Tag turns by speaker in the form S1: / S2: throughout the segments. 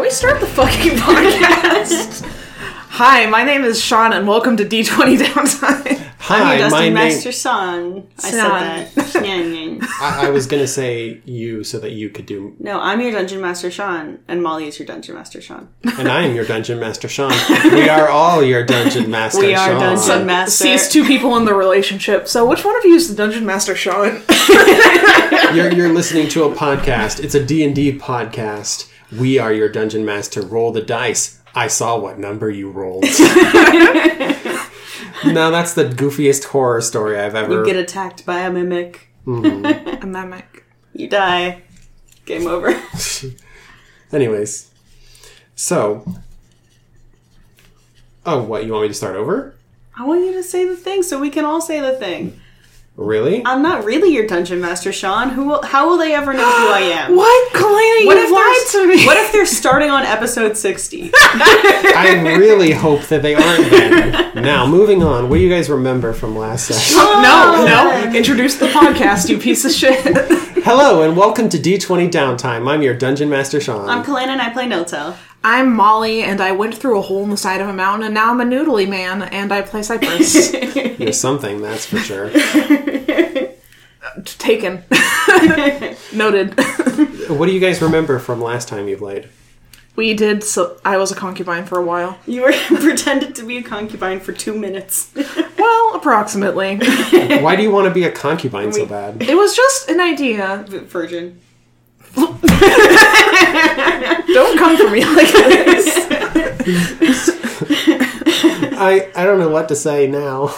S1: we start the fucking podcast? Hi, my name is Sean, and welcome to D20 Downtime.
S2: Hi,
S3: Dusty
S2: my name.
S3: Master Son. I said that. Nyan, nyan.
S2: I, I was gonna say you so that you could do,
S3: no, I'm your Dungeon Master Sean, and Molly is your Dungeon Master Sean.
S2: and I am your dungeon master, Sean. We are all your dungeon master,
S3: We are
S2: Sean.
S3: Dungeon Master.
S1: Sees two people in the relationship. So, which one of you is the Dungeon Master, Sean?
S2: You're, you're listening to a podcast. It's a D and D podcast. We are your dungeon master. Roll the dice. I saw what number you rolled. now that's the goofiest horror story I've ever.
S3: You get attacked by a mimic.
S1: A mimic.
S3: You die. Game over.
S2: Anyways, so. Oh, what you want me to start over?
S3: I want you to say the thing so we can all say the thing.
S2: Really?
S3: I'm not really your Dungeon Master Sean. Who will, how will they ever know who I am?
S1: What, Kalani?
S3: What
S1: you
S3: if
S1: lied
S3: they're-
S1: to me?
S3: What if they're starting on episode 60?
S2: I really hope that they aren't then. Now, moving on, what do you guys remember from last session?
S1: No, no. Introduce the podcast, you piece of shit.
S2: Hello, and welcome to D20 Downtime. I'm your Dungeon Master Sean.
S3: I'm Kalana and I play Noto.
S1: I'm Molly, and I went through a hole in the side of a mountain, and now I'm a noodly man, and I play Cypress.
S2: You're something, that's for sure.
S1: Taken. Noted.
S2: what do you guys remember from last time you played?
S1: We did. So I was a concubine for a while.
S3: You were pretended to be a concubine for two minutes.
S1: Well, approximately.
S2: Why do you want to be a concubine so bad?
S1: it was just an idea.
S3: Virgin.
S1: Don't come for me like this.
S2: I, I don't know what to say now.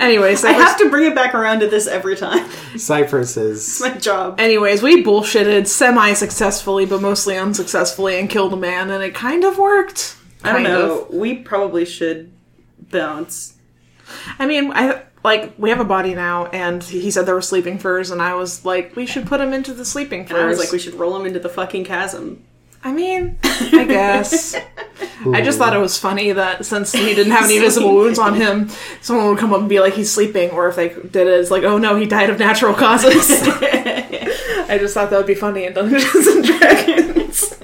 S1: Anyways,
S3: I
S1: that was,
S3: have to bring it back around to this every time.
S2: Cypress is.
S3: My job.
S1: anyways, we bullshitted semi successfully, but mostly unsuccessfully, and killed a man, and it kind of worked.
S3: I don't
S1: Kind
S3: know.
S1: of.
S3: We probably should bounce.
S1: I mean, I like we have a body now, and he said there were sleeping furs, and I was like, we should put him into the sleeping furs.
S3: I was like, we should roll him into the fucking chasm.
S1: I mean, I guess. I just thought it was funny that since he didn't have any visible wounds on him, someone would come up and be like, he's sleeping, or if they did it, it's like, oh no, he died of natural causes. I just thought that would be funny in Dungeons and Dragons.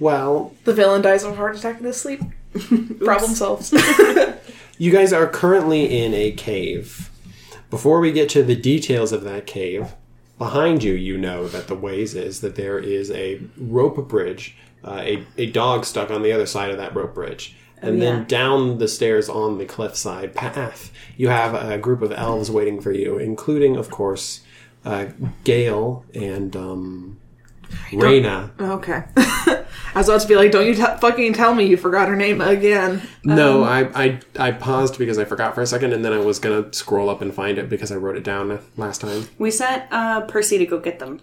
S2: Well,
S1: the villain dies of a heart attack in his sleep. Problem solved.
S2: you guys are currently in a cave. Before we get to the details of that cave, behind you, you know that the ways is that there is a rope bridge, uh, a, a dog stuck on the other side of that rope bridge. And
S3: yeah.
S2: then down the stairs on the cliffside path, you have a group of elves waiting for you, including, of course, uh, Gale and um, Reyna.
S1: okay. I was about to be like, don't you t- fucking tell me you forgot her name again.
S2: No, I, I I paused because I forgot for a second, and then I was gonna scroll up and find it because I wrote it down last time.
S3: We sent uh, Percy to go get them.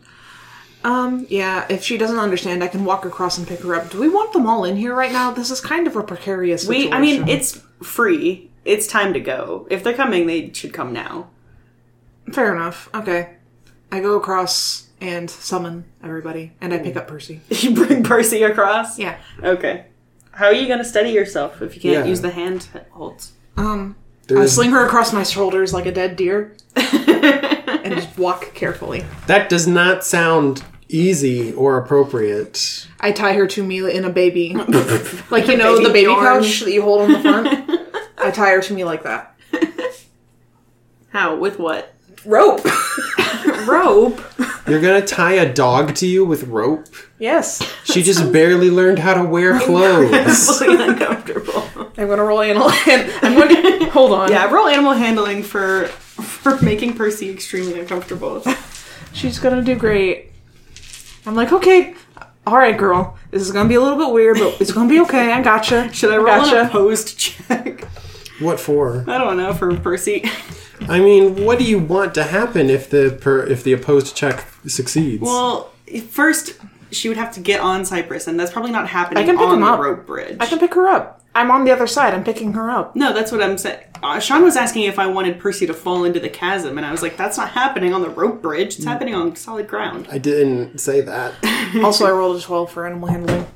S1: Um, yeah, if she doesn't understand, I can walk across and pick her up. Do we want them all in here right now? This is kind of a precarious situation.
S3: We, I mean, it's free. It's time to go. If they're coming, they should come now.
S1: Fair enough. Okay. I go across and summon everybody, and I pick up Percy.
S3: You bring Percy across?
S1: Yeah.
S3: Okay. How are you going to steady yourself if you can't
S2: Yeah.
S3: use the hand holds?
S1: Um, I
S2: There's-
S1: sling her across my shoulders like a dead deer, and just walk carefully.
S2: That does not sound easy or appropriate.
S1: I tie her to me in a baby, like you know
S3: Baby
S1: the baby
S3: yarn.
S1: couch that you hold on the front. I tie her to me like that.
S3: How? With what?
S1: Rope.
S3: Rope.
S2: You're gonna tie a dog to you with rope?
S1: yes.
S2: She just barely learned how to wear clothes.
S3: Really uncomfortable.
S1: I'm gonna roll animal. And I'm going to hold on.
S3: Yeah, roll animal handling for for making Percy extremely uncomfortable.
S1: she's gonna do great. I'm like, okay, all right, girl. This is gonna be a little bit weird, but it's gonna be okay. I gotcha.
S3: Should I roll an
S1: Gotcha.
S3: opposed check?
S2: what for?
S3: I don't know for Percy.
S2: I mean, what do you want to happen if the per, if the opposed check succeeds?
S3: Well, first she would have to get on Cypress, and that's probably not happening
S1: I can pick
S3: on
S1: him
S3: the
S1: up.
S3: rope bridge.
S1: I can pick her up. I'm on the other side. I'm picking her up.
S3: no, that's what I'm saying. Uh, Sean was asking if I wanted Percy to fall into the chasm, and I was like, "That's not happening on the rope bridge.
S1: Mm.
S3: It's happening on solid ground."
S2: I didn't say that. I
S1: also, I rolled a 12 for animal handling.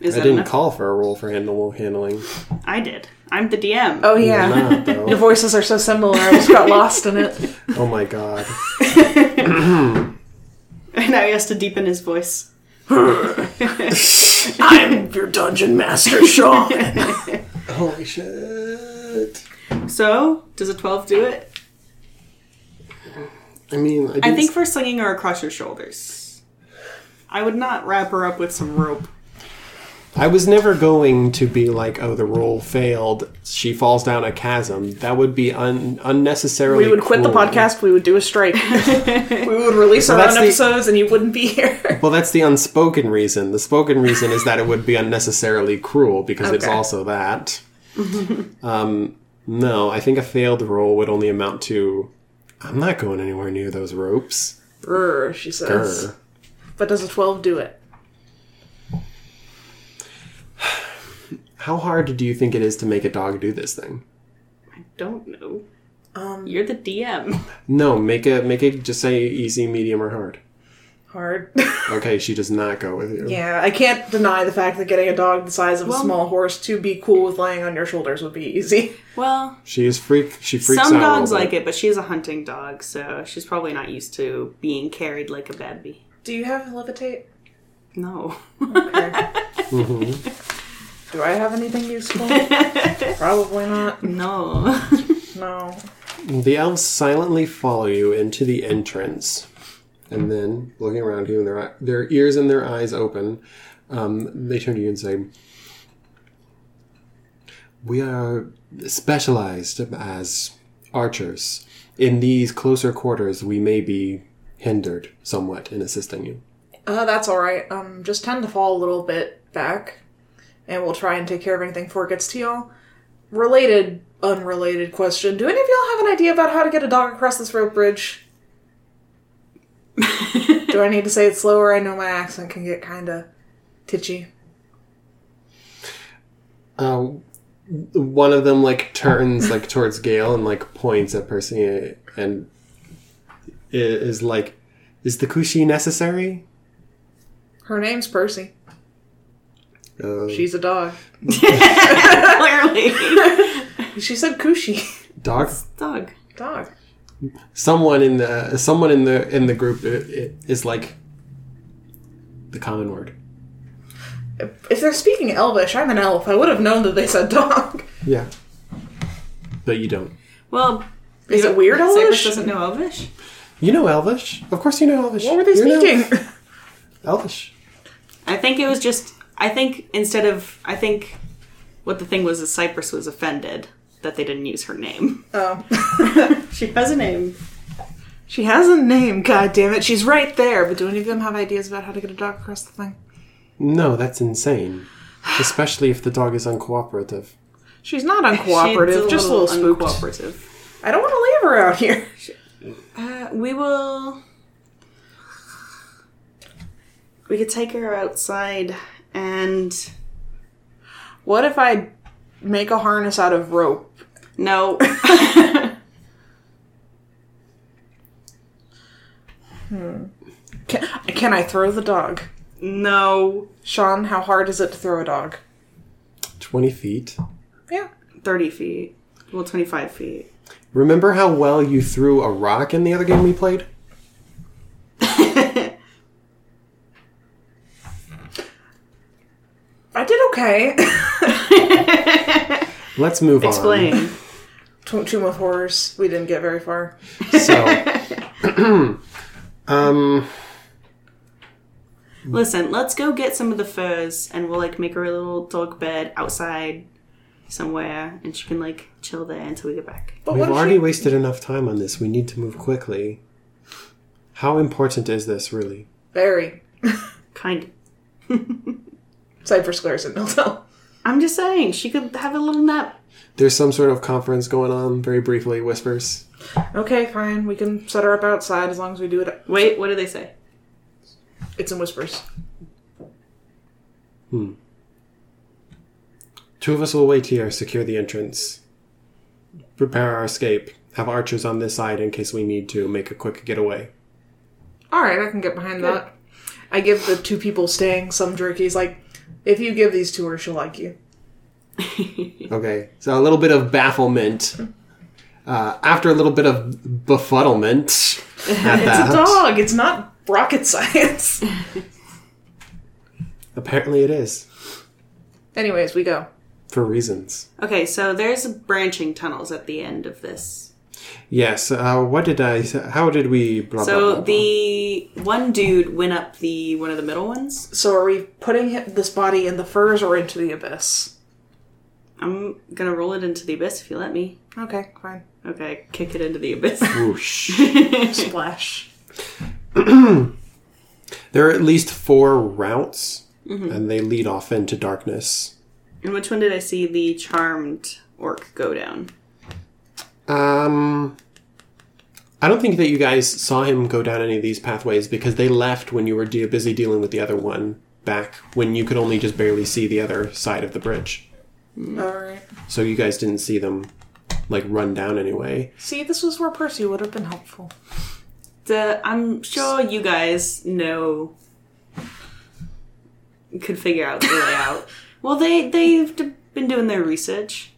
S3: Is that
S2: didn't
S3: enough?
S2: call for a rule for animal handling.
S3: I did. I'm the DM.
S1: Oh, yeah.
S2: Not, though.
S1: The voices are so similar. I just got lost in it.
S2: Oh my god.
S3: And now he has to deepen his voice.
S1: I'm your dungeon master, Sean.
S2: Holy shit.
S3: So, does a 12 do it?
S2: I mean, I, did
S3: I think for slinging her across your shoulders. I would not wrap her up with some rope.
S2: I was never going to be like, oh, the roll failed. She falls down a chasm. That would be un- unnecessarily.
S1: we would quit the
S2: cruel.
S1: podcast. We would do a strike. we would release our
S2: that's
S1: own
S2: the-
S1: episodes, and you wouldn't be here.
S2: Well, that's the unspoken reason. The spoken reason is that it would be unnecessarily cruel because it's
S1: Okay.
S2: also that. um, no, I think a failed roll would only amount to. I'm not going anywhere near those ropes.
S1: Brr, she says.
S2: Grr.
S1: But does a twelve do it?
S2: How hard do you think it is to make a dog do this thing?
S3: I don't know. Um, You're the DM.
S2: No, make a make it just say easy, medium, or hard.
S1: Hard.
S2: Okay, she does not go with you.
S1: yeah, I can't deny the fact that getting a dog the size of
S3: Well-
S1: a small horse to be cool with lying on your shoulders would be easy.
S3: Well,
S2: She is freak. She freaks out.
S3: some
S2: a little
S3: dogs
S2: bit.
S3: like it, but she's a hunting dog, so she's probably not used to being carried like a baby.
S1: Do you have levitate?
S3: No.
S1: Okay. Do I have anything useful? Probably not.
S3: no.
S1: No.
S2: The elves silently follow you into the entrance, and then, looking around you, and their their ears and their eyes open, um, they turn to you and say, "We are specialized as archers. In these closer quarters, we may be hindered somewhat in assisting you."
S1: Uh, that's all right. Um, just tend to fall a little bit back, and we'll try and take care of anything before it gets to y'all. Related, unrelated question: Do any of y'all have an idea about how to get a dog across this rope bridge? Do I need to say it slower? I know my accent can get kind of titchy.
S2: Uh, one of them like turns like towards Gale and like points at Percy and i- is like, "Is the kushi necessary?"
S1: Her name's Percy.
S2: Uh,
S1: She's a dog.
S3: Clearly.
S1: She said Kushi.
S2: dog.
S3: Dog.
S1: dog.
S2: Someone in the someone in the in the group i- i- is like the common word.
S1: If they're speaking Elvish, I'm an elf. I would have known that they said dog.
S2: Yeah, but you don't.
S3: Well,
S1: Is it weird
S3: Cypress
S1: Elvish?
S3: doesn't know Elvish.
S2: You know Elvish, of course. You know Elvish.
S1: What were they
S2: You're an elf.
S1: speaking?
S2: Elvish.
S3: I think it was just. I think instead of. I think what the thing was is Cypress was offended that they didn't use her name.
S1: Oh.
S3: She has a name.
S1: She has a name, god damn it. She's right there. But do any of them have ideas about how to get a dog across the thing?
S2: No, that's insane. Especially if the dog is uncooperative.
S1: She's not uncooperative, just a little spooked.
S3: uncooperative.
S1: I don't want to leave her out here.
S3: Uh, we will. We could take her outside and.
S1: What if I make a harness out of rope?
S3: No.
S1: Can, can I throw the dog?
S3: no.
S1: Sean, how hard is it to throw a dog?
S2: Twenty feet.
S1: Yeah.
S3: 30 feet. Well, 25 feet.
S2: Remember how well you threw a rock in the other game we played?
S1: I did okay.
S2: Let's move on.
S3: Explain.
S1: Tw- Tomb of Horrors. We didn't get very far.
S2: So, um,
S3: Listen, let's go get some of the furs and we'll like make her a little dog bed outside somewhere and she can like chill there until we get back.
S1: But
S2: we've
S1: what if
S2: already
S1: she-
S2: wasted enough time on this. We need to move quickly. How important is this, really?
S1: Very.
S3: Kind of.
S1: Cypress glares at Miltel.
S3: I'm just saying, she could have a little nap.
S2: There's some sort of conference going on. Very briefly, whispers.
S1: Okay, fine. We can set her up outside as long as we do it.
S3: Wait, what do they say?
S1: It's in whispers.
S2: Two of us will wait here, secure the entrance, prepare our escape, have archers on this side in case we need to make a quick getaway.
S1: All right, I can get behind that. I give the two people staying some jerkies. Like, if you give these to her, she'll like you.
S2: Okay, so a little bit of bafflement. Uh, after a little bit of befuddlement at
S1: It's a
S2: that.
S1: dog. It's not rocket science.
S2: Apparently, it is
S1: Anyways, we go.
S2: for reasons.
S3: Okay, so there's branching tunnels at the end of this.
S2: Yes. Uh, what did I? How did we? Blah, blah, blah,
S3: So
S2: blah.
S3: the one dude went up the one of the middle ones.
S1: So are we putting hi- this body in the furs or into the abyss?
S3: I'm gonna roll it into the abyss if you let me.
S1: Okay, fine.
S3: Okay, kick it into the abyss.
S2: Whoosh.
S1: Splash.
S2: There are at least four routes, and they lead off into darkness.
S3: and which one did I see the charmed orc go down?
S2: Um, I don't think that you guys saw him go down any of these pathways because they left when you were de- busy dealing with the other one back when you could only just barely see the other side of the bridge.
S1: All right.
S2: So you guys didn't see them like run down anyway.
S1: See, this was where Percy would have been helpful.
S3: The I'm sure you guys know could figure out the layout. well, they they've d- been doing their research.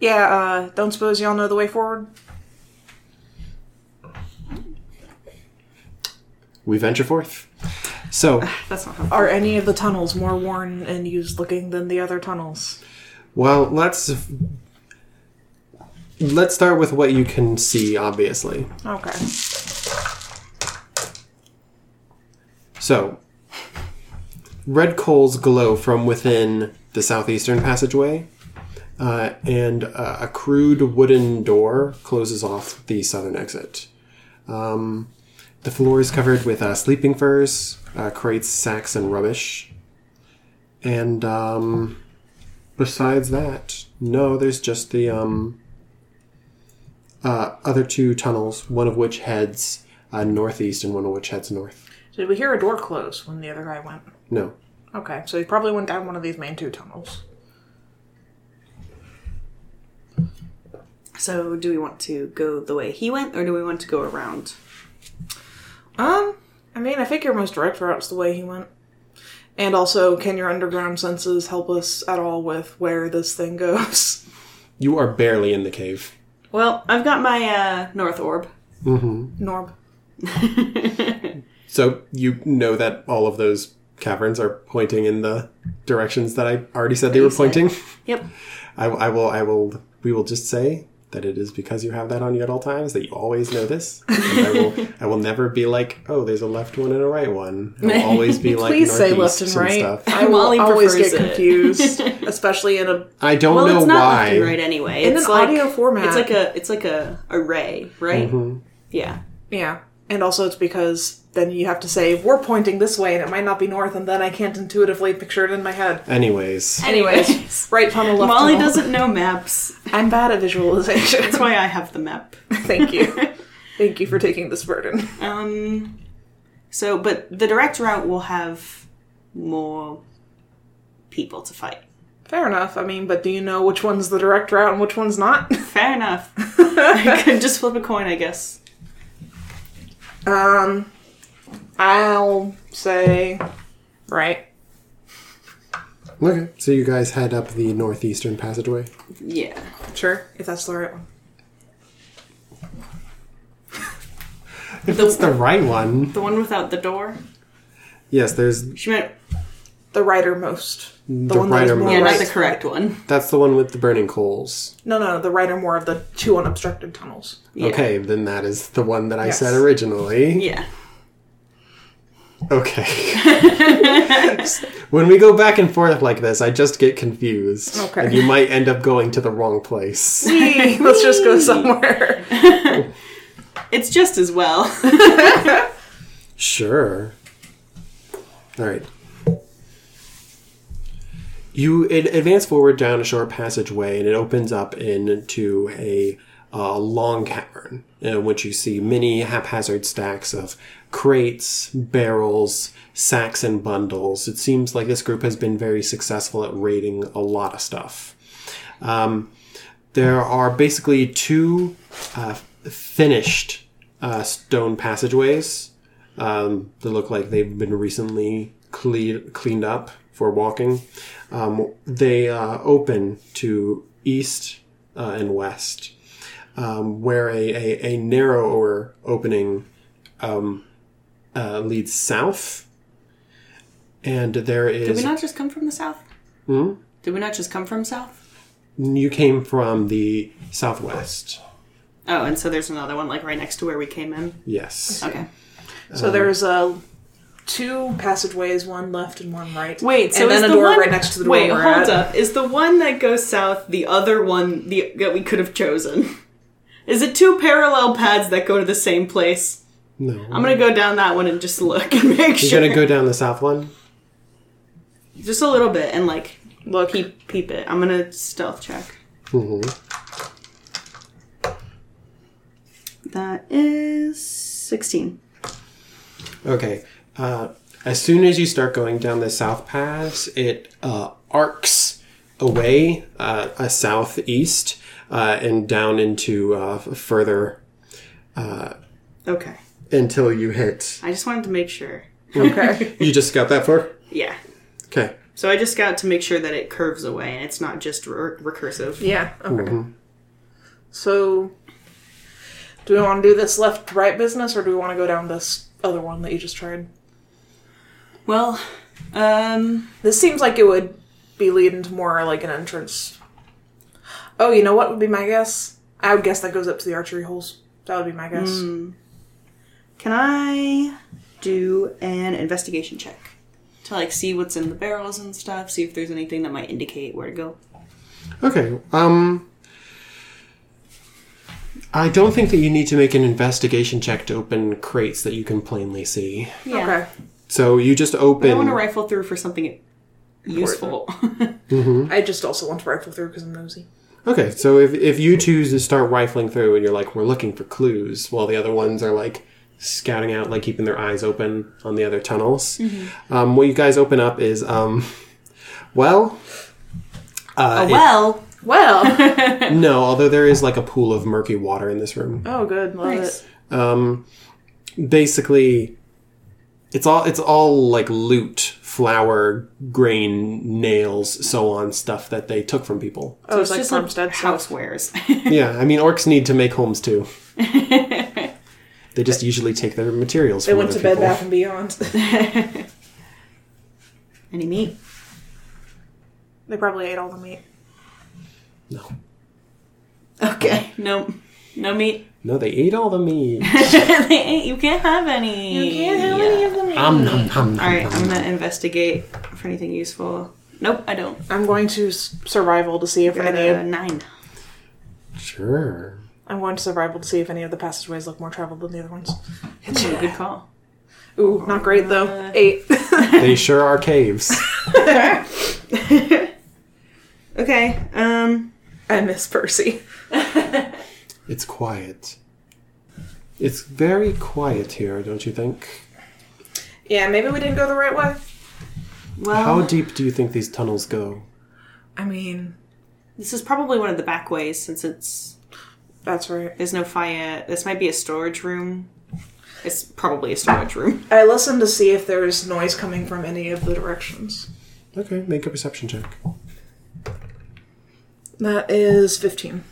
S1: Yeah, uh, don't suppose y'all know the way forward?
S2: We venture forth. So
S3: That's not helpful.
S1: Are any of the tunnels more worn and used looking than the other tunnels?
S2: Well, let's let's start with what you can see. Obviously,
S1: Okay.
S2: so red coals glow from within the southeastern passageway, uh, and uh, a crude wooden door closes off the southern exit. Um, the floor is covered with uh, sleeping furs, uh, crates, sacks, and rubbish. And um, besides that, no, there's just the um, uh, other two tunnels, one of which heads uh, northeast and one of which heads north.
S1: Did we hear a door close when the other guy went?
S2: No.
S1: Okay, so he probably went down one of these main two tunnels.
S3: So, do we want to go the way he went, or do we want to go around?
S1: Um, I mean, I think your most direct route's the way he went. And also, can your underground senses help us at all with where this thing goes?
S2: You are barely in the cave.
S3: Well, I've got my uh, north orb.
S1: Norb.
S2: So you know that all of those caverns are pointing in the directions that I already said they were pointing.
S3: Yep.
S2: I, I will, I will, we will just say that it is because you have that on you at all times that you always know this. And I will, I will never be like, oh, there's a left one and a right one. I will always be like,
S1: Please say left and
S2: northeast
S1: right.
S2: Stuff.
S1: I will
S3: Molly
S1: always get
S3: prefers it.
S1: confused, especially in a
S2: I don't
S3: Well,
S2: know
S3: it's not
S2: why.
S3: left and right anyway.
S1: In
S3: it's
S1: an
S3: like,
S1: audio format. Mm-hmm.
S3: It's like a it's like a array, right? Yeah.
S1: yeah. And also, it's because then you have to say we're pointing this way, and it might not be north, and then I can't intuitively picture it in my head.
S2: Anyways.
S1: Anyways, right tunnel, left
S3: Molly
S1: tunnel.
S3: doesn't know maps.
S1: I'm bad at visualization.
S3: That's why I have the map.
S1: Thank you. Thank you for taking this burden.
S3: Um. So, but the direct route will have more people to fight.
S1: Fair enough. I mean, but do you know which one's the direct route and which one's not?
S3: Fair enough. I could just flip a coin, I guess.
S1: Um, I'll say right.
S2: Okay, so you guys head up the northeastern passageway.
S3: Yeah.
S1: Sure, if that's the right one.
S2: If it's the right one.
S3: The one without the door.
S2: Yes, there's
S3: She meant
S1: The rightermost. The,
S2: The
S1: one that is more
S2: rightermost.
S3: yeah,
S1: Oh, right.
S3: not the correct one.
S2: that's the one with the burning coals.
S1: No, no, the right or more of the two unobstructed tunnels.
S3: Yeah.
S2: Okay, then that is the one that I
S1: Yes.
S2: said originally.
S3: Yeah.
S2: Okay. when we go back and forth like this, I just get confused.
S1: Okay.
S2: And you might end up going to the wrong place.
S1: Let's just go somewhere.
S3: It's just as well.
S2: Sure. All right. You ad- advance forward down a short passageway, and it opens up into a uh, long cavern in which you see many haphazard stacks of crates, barrels, sacks, and bundles. It seems like this group has been very successful at raiding a lot of stuff. Um, there are basically two uh, finished uh, stone passageways um, they look like they've been recently clean, cleaned up for walking. Um, they uh, open to east uh, and west, um, where a, a, a narrower opening um, uh, leads south, and there
S3: Did we
S2: is
S3: not just come from the south? Hmm? Did we not just come from south?
S2: you came from the southwest.
S3: Oh, and so there's another one like right next to where we came in.
S2: Yes.
S3: Okay.
S1: So there's uh, two passageways, one left and one right.
S3: Wait, so
S1: and
S3: is
S1: then a
S3: the
S1: door
S3: one,
S1: right next to the door.
S3: Wait,
S1: we're
S3: hold
S1: at.
S3: up. Is the one that goes south the other one the that we could have chosen? Is it two parallel paths that go to the same place?
S2: No.
S3: I'm gonna go down that one and just look and make
S2: You're
S3: sure.
S2: gonna go down the south one.
S3: just a little bit and like
S1: Look, he
S3: peep peep it. I'm gonna stealth check.
S2: Mm-hmm.
S3: That is sixteen.
S2: Okay. Uh, as soon as you start going down the south pass, it uh, arcs away uh, a southeast uh, and down into uh, f- further
S3: Okay.
S2: until you hit.
S3: I just wanted to make sure.
S1: okay.
S2: You just got that far.
S3: Yeah.
S2: Okay.
S3: So I just got to make sure that it curves away and it's not just re- recursive.
S1: yeah. Okay. So, do we want to do this left right business, or do we want to go down this other one that you just tried?
S3: Well, um,
S1: This seems like it would be leading to more like an entrance. Oh, you know what would be my guess? I would guess that goes up to the archery holes. That would be my guess.
S3: can I do an investigation check to like see what's in the barrels and stuff, see if there's anything that might indicate where to go?
S2: Okay. Um. I don't think that you need to make an investigation check to open crates that you can plainly see.
S1: Okay.
S2: So you just
S3: I want
S2: open.
S3: to rifle through for something useful.
S1: I just also want to rifle through because I'm nosy.
S2: Okay, so if, if you choose to start rifling through and you're like, we're looking for clues, while the other ones are like scouting out, like keeping their eyes open on the other tunnels, um, what you guys open up is, um, well, uh,
S3: Oh, well,
S1: Well,
S2: it- no, although there is like a pool of murky water in this room. Um,
S1: oh good, love
S3: Nice.
S1: it.
S2: Basically, it's all it's all like loot, flour, grain, nails, so on, stuff that they took from people.
S1: Oh, it's, like farmstead stuff.
S3: housewares.
S2: Yeah, I mean, orcs need to make homes too. they just usually take their materials.
S1: They went to Bed Bath and Beyond.
S3: Any meat?
S1: they probably ate all the meat.
S2: No,
S3: Okay. No, no meat.
S2: no, they ate all the meat.
S3: they ain't. You can't have any. Yeah.
S1: of the meat.
S2: Om nom nom nom.
S3: All right,
S2: nom.
S3: I'm gonna investigate for anything useful. Nope, I don't.
S1: I'm going to s- survival to see if
S3: Got
S1: any.
S3: a
S1: Of,
S3: nine.
S2: Sure.
S1: I'm going to survival to see if any of the passageways look more traveled than the other ones.
S3: Ooh, good call.
S1: Ooh, not great though. Eight.
S2: They sure are caves.
S3: Okay. Um.
S1: I miss Percy.
S2: It's quiet. It's very quiet here, don't you think?
S1: Yeah, maybe we didn't go the right way.
S3: Well,
S2: How deep do you think these tunnels go?
S1: I mean,
S3: this is probably one of the back ways since it's
S1: that's right.
S3: there's no fire. This might be a storage room. It's probably a storage room.
S1: I listened to see if there was noise coming from any of the directions.
S2: Okay, make a perception check.
S1: That is 15.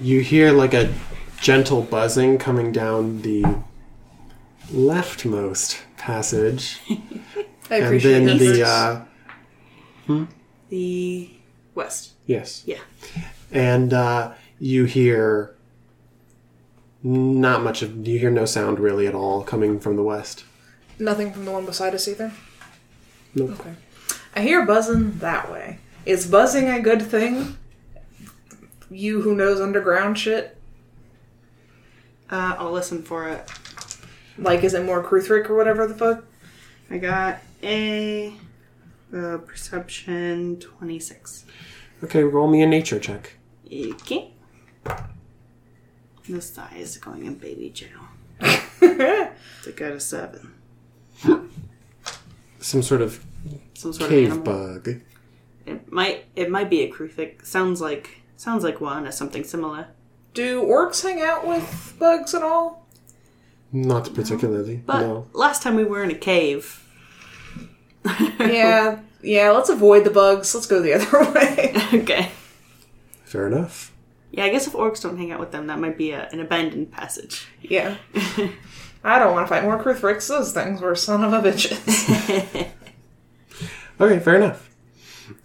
S2: You hear like a gentle buzzing coming down the leftmost passage,
S1: I
S2: and
S1: appreciate
S2: then
S1: that.
S2: the uh,
S3: The west.
S2: yes.
S3: Yeah.
S2: and uh, you hear not much of you hear no sound really at all coming from the west
S1: Nothing from the one beside us either?
S2: Nope.
S1: Okay. I hear buzzing that way. Is buzzing a good thing? You who knows underground shit?
S3: Uh, I'll listen for it.
S1: Like, is it more Kruthric or whatever the fuck?
S3: I got a uh, perception twenty six.
S2: okay roll me a nature check
S3: Okay. This die is going in baby jail. They got a seven.
S2: some sort of
S3: Some sort of
S2: cave
S3: animal.
S2: bug
S3: It might it might be a crufik. Sounds like sounds like one or something similar.
S1: Do orcs hang out with bugs at all?
S2: not particularly
S3: But
S2: no
S3: last time we were in a cave.
S1: Yeah, yeah, let's avoid the bugs. Let's go the other way.
S3: okay.
S2: fair enough
S3: Yeah, I guess if orcs don't hang out with them, that might be a, an abandoned passage.
S1: Yeah. I don't want to fight more Kruthrics. Those things were son of a bitches.
S2: Okay, fair enough.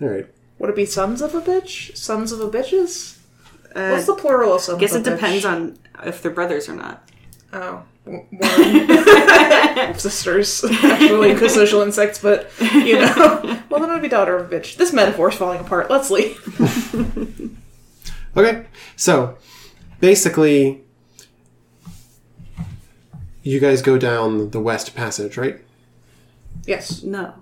S2: All right.
S1: Would it be sons of a bitch? Sons of a bitches?
S3: Uh,
S1: What's the plural of sons
S3: guess
S1: of
S3: it
S1: a bitch?
S3: depends on if they're brothers or not.
S1: Oh. w- one. Sisters, actually, because social insects, but you know. Well, then it would be daughter of a bitch. This metaphor's falling apart. Let's leave.
S2: Okay. So basically, you guys go down the west passage, right?
S1: Yes.
S3: No.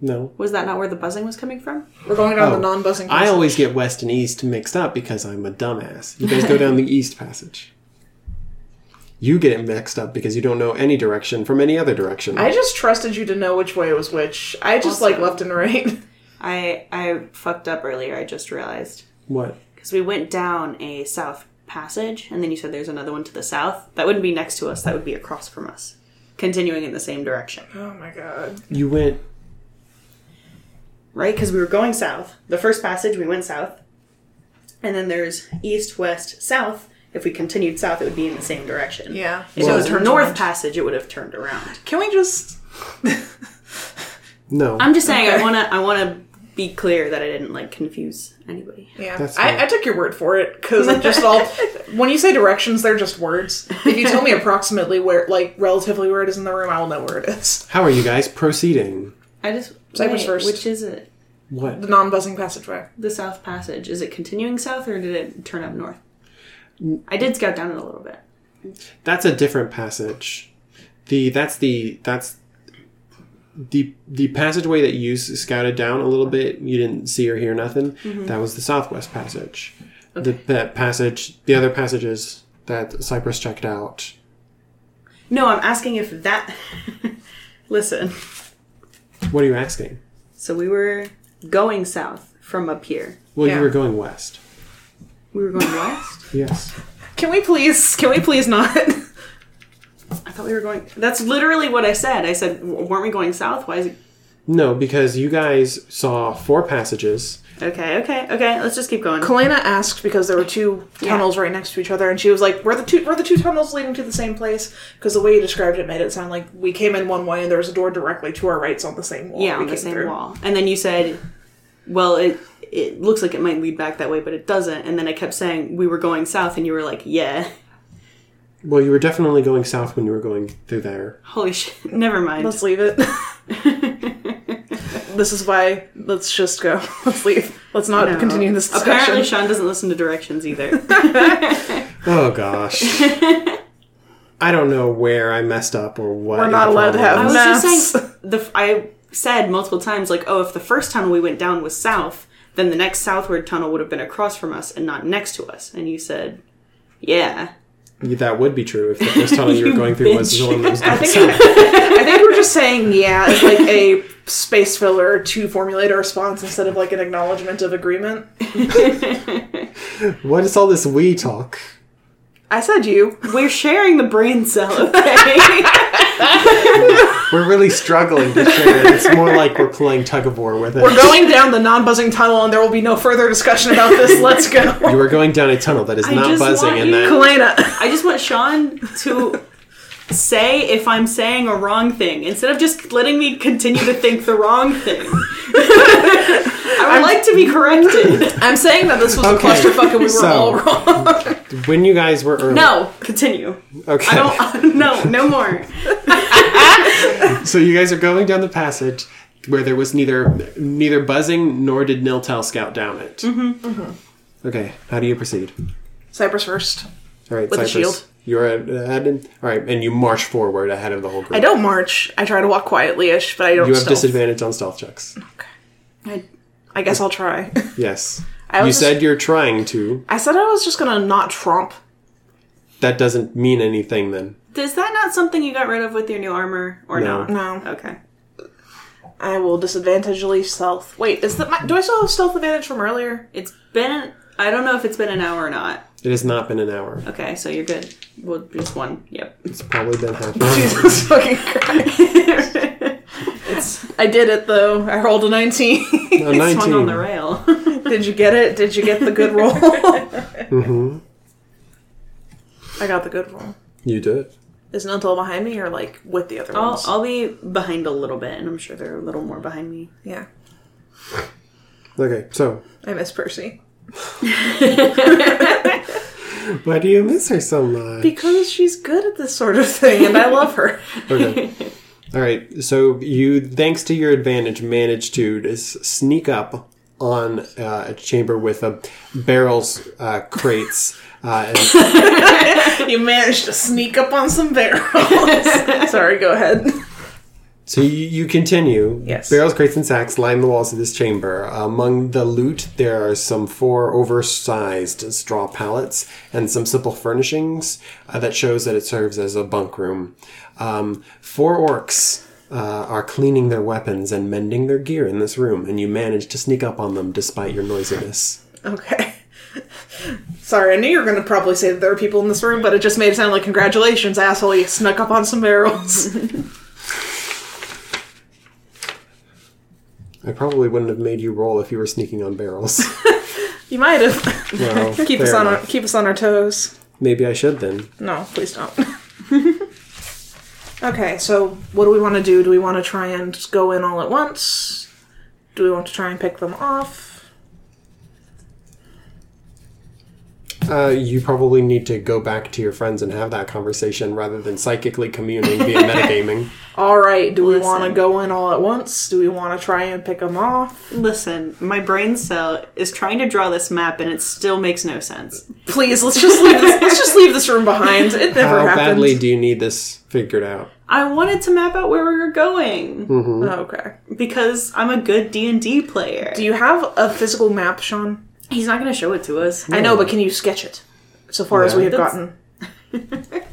S2: No.
S3: Was that not where the buzzing was coming from?
S1: We're going down
S2: Oh.
S1: the non buzzing
S2: I always get west and east mixed up because I'm a dumbass. You guys go down the east passage. You get it mixed up because you don't know any direction from any other direction.
S1: I just trusted you to know which way was which. I just like
S3: Also-
S1: left and right.
S3: I I fucked up earlier. I just realized
S2: what?
S3: because we went down a south passage, and then you said there's another one to the south. That wouldn't be next to us. That would be across from us, continuing in the same direction,
S1: Oh my god.
S2: You went.
S3: right? Because we were going south. The first passage we went south, and then there's east, west, south. If we continued south, it would be in the same direction.
S1: Yeah.
S3: If
S1: So
S3: it
S1: it
S3: was
S1: turns
S3: north
S1: around.
S3: passage, it would have turned around.
S1: Can we just?
S2: No.
S3: I'm just saying.
S1: Okay.
S3: I wanna. I wanna be clear that I didn't like confuse anybody.
S1: Yeah,
S2: That's fine.
S1: I, I took your word for it because I'm just all. when you say directions, they're just words. If you tell me approximately where, like relatively where it is in the room, I will know where it is.
S2: How are you guys proceeding?
S3: I just
S1: Cypress
S3: wait,
S1: first.
S3: Which is it?
S1: The
S2: What?
S1: non-buzzing passageway.
S3: the South Passage. Is it continuing south or did it turn up north? I did scout down it a little bit.
S2: That's a different passage. The that's the that's the the passageway that you s- scouted down a little bit. You didn't see or hear nothing. That was the southwest passage. The that passage, the other passages that Cypress checked out.
S3: No, I'm asking if that. Listen.
S2: What are you asking?
S3: So we were going south from up here.
S2: Well,
S1: Yeah.
S2: you were going west.
S3: We were going west?
S2: Yes.
S1: Can we please? Can we please not?
S3: I thought we were going. That's literally what I said. I said, "W- weren't we going south? Why is it.
S2: No, because you guys saw four passages.
S3: Okay, okay, okay. Let's just keep going.
S1: Kalena asked because there were two tunnels right next to each other, and she was like, "Were the two were the two tunnels leading to the same place?" Because the way you described it made it sound like we came in one way and there was a door directly to our rights on the same wall.
S3: Yeah,
S1: we
S3: on the
S1: came
S3: same
S1: through.
S3: wall. And then you said, well, it. It looks like it might lead back that way, but it doesn't. And then I kept saying we were going south, and you were like, "Yeah,
S2: Well, you were definitely going south when you were going through there.
S3: holy shit, never mind."
S1: Let's leave it. this is why. Let's just go. Let's leave. Let's not
S3: No.
S1: continue this discussion.
S3: Apparently, Sean doesn't listen to directions either.
S2: Oh gosh. I don't know where I messed up or what.
S1: We're not
S2: the
S1: allowed to
S2: problem
S1: have
S3: I was
S2: was.
S3: just saying the I said multiple times like, oh, if the first tunnel we went down was south, then the next southward tunnel would have been across from us and not next to us. And you said, yeah,
S2: That would be true if the first tunnel you were going through was the
S3: bitch.
S2: one that was
S1: I
S2: down
S1: think,
S2: south.
S1: I think we're just saying yeah as like a space filler to formulate a response instead of like an acknowledgement of agreement.
S2: What is all this we talk?
S1: I said you.
S3: we're sharing the brain cell. Okay,
S2: We're really struggling to share. it. It's more like we're playing tug of war with it.
S1: We're going down the non-buzzing tunnel, and there will be no further discussion about this. Let's go,
S2: you are going down a tunnel that is
S3: I
S2: not
S3: just
S2: buzzing,
S3: want
S2: and
S3: you
S2: that
S1: Kalena.
S3: I just want Sean to. Say if I'm saying a wrong thing instead of just letting me continue to think the wrong thing. I would like to be corrected.
S1: I'm saying that this was
S2: Okay,
S1: a clusterfuck, and we were
S2: so-
S1: all wrong.
S2: when you guys were early.
S3: No, Oh, continue.
S2: Okay.
S3: I don't. No, no more.
S2: So you guys are going down the passage where there was neither neither buzzing nor did Niltel scout down it. Mm-hmm. Okay, how do you proceed?
S1: Cypress first.
S2: All right,
S1: With a
S2: Cypress,
S1: shield.
S2: You're at- ahead. and- All right, and you march forward ahead of the whole group.
S1: I don't march. I try to walk quietly-ish, but I don't.
S2: You have
S1: stealth.
S2: disadvantage on stealth checks.
S3: I-
S1: I guess I'll try.
S2: Yes.
S1: I
S2: You
S1: was just-
S2: said you're trying to.
S1: I said I was just gonna not tromp.
S2: That doesn't mean anything then.
S3: Is that not something you got rid of with your new armor or
S2: No.
S3: no?
S1: No,
S3: Okay.
S1: I will disadvantagely stealth. Wait, is that my? Do I still have stealth advantage from earlier?
S3: It's been I don't know if it's been an hour or not.
S2: It has not been an hour.
S3: Okay, so you're good. Well, just one. Yep.
S2: It's probably been half an hour.
S1: Jesus fucking Christ! I did it though. I rolled a nineteen.
S2: No,
S3: I swung on
S2: 19.
S3: the rail.
S1: did you get it? Did you get the good roll? I got the good roll.
S2: You did.
S1: Is Nunthal behind me or like with the other
S3: I'll,
S1: ones?
S3: I'll be behind a little bit, and I'm sure they're a little more behind me.
S1: yeah,
S2: Okay, so
S1: I miss Percy
S2: why do you miss her so much?
S1: because she's good at this sort of thing, and I love her.
S2: Okay. All right. So you, thanks to your advantage, managed to just sneak up on uh, a chamber with a barrels, uh, crates, uh, and
S1: you managed to sneak up on some barrels. Sorry, go ahead.
S2: So you, you continue.
S1: Yes.
S2: Barrels, crates, and sacks line the walls of this chamber. Among the loot, there are some four oversized straw pallets and some simple furnishings uh, that shows that it serves as a bunk room. Um, four orcs uh, are cleaning their weapons and mending their gear in this room, and you manage to sneak up on them despite your noisiness.
S1: Okay. Sorry, I knew you were going to probably say that there were people in this room, but it just made it sound like congratulations, asshole. You snuck up on some barrels.
S2: I probably wouldn't have made you roll if you were sneaking on barrels.
S1: you might have.
S2: Well,
S1: keep
S2: fair
S1: us on our,
S2: enough.
S1: keep us on our toes.
S2: Maybe I should then.
S1: No, please don't. okay, so what do we want to do? Do we want to try and go in all at once? Do we want to try and pick them off?
S2: Uh, you probably need to go back to your friends and have that conversation rather than psychically communing via metagaming.
S1: All right, do we want to
S3: Listen.
S1: go in all at once? Do we want to try and pick them off?
S3: Listen, my brain cell is trying to draw this map, and it still makes no sense.
S1: Please, let's just leave this. let's just leave this room behind. It never
S2: How
S1: happened.
S2: badly do you need this figured out?
S3: I wanted to map out where we were going
S1: Oh, okay.
S3: because I'm a good D and D player.
S1: Do you have a physical map, Sean?
S3: He's not going to show it to us
S1: I know, but can you sketch it? So far as
S2: No.
S1: we have
S3: That's-
S1: gotten.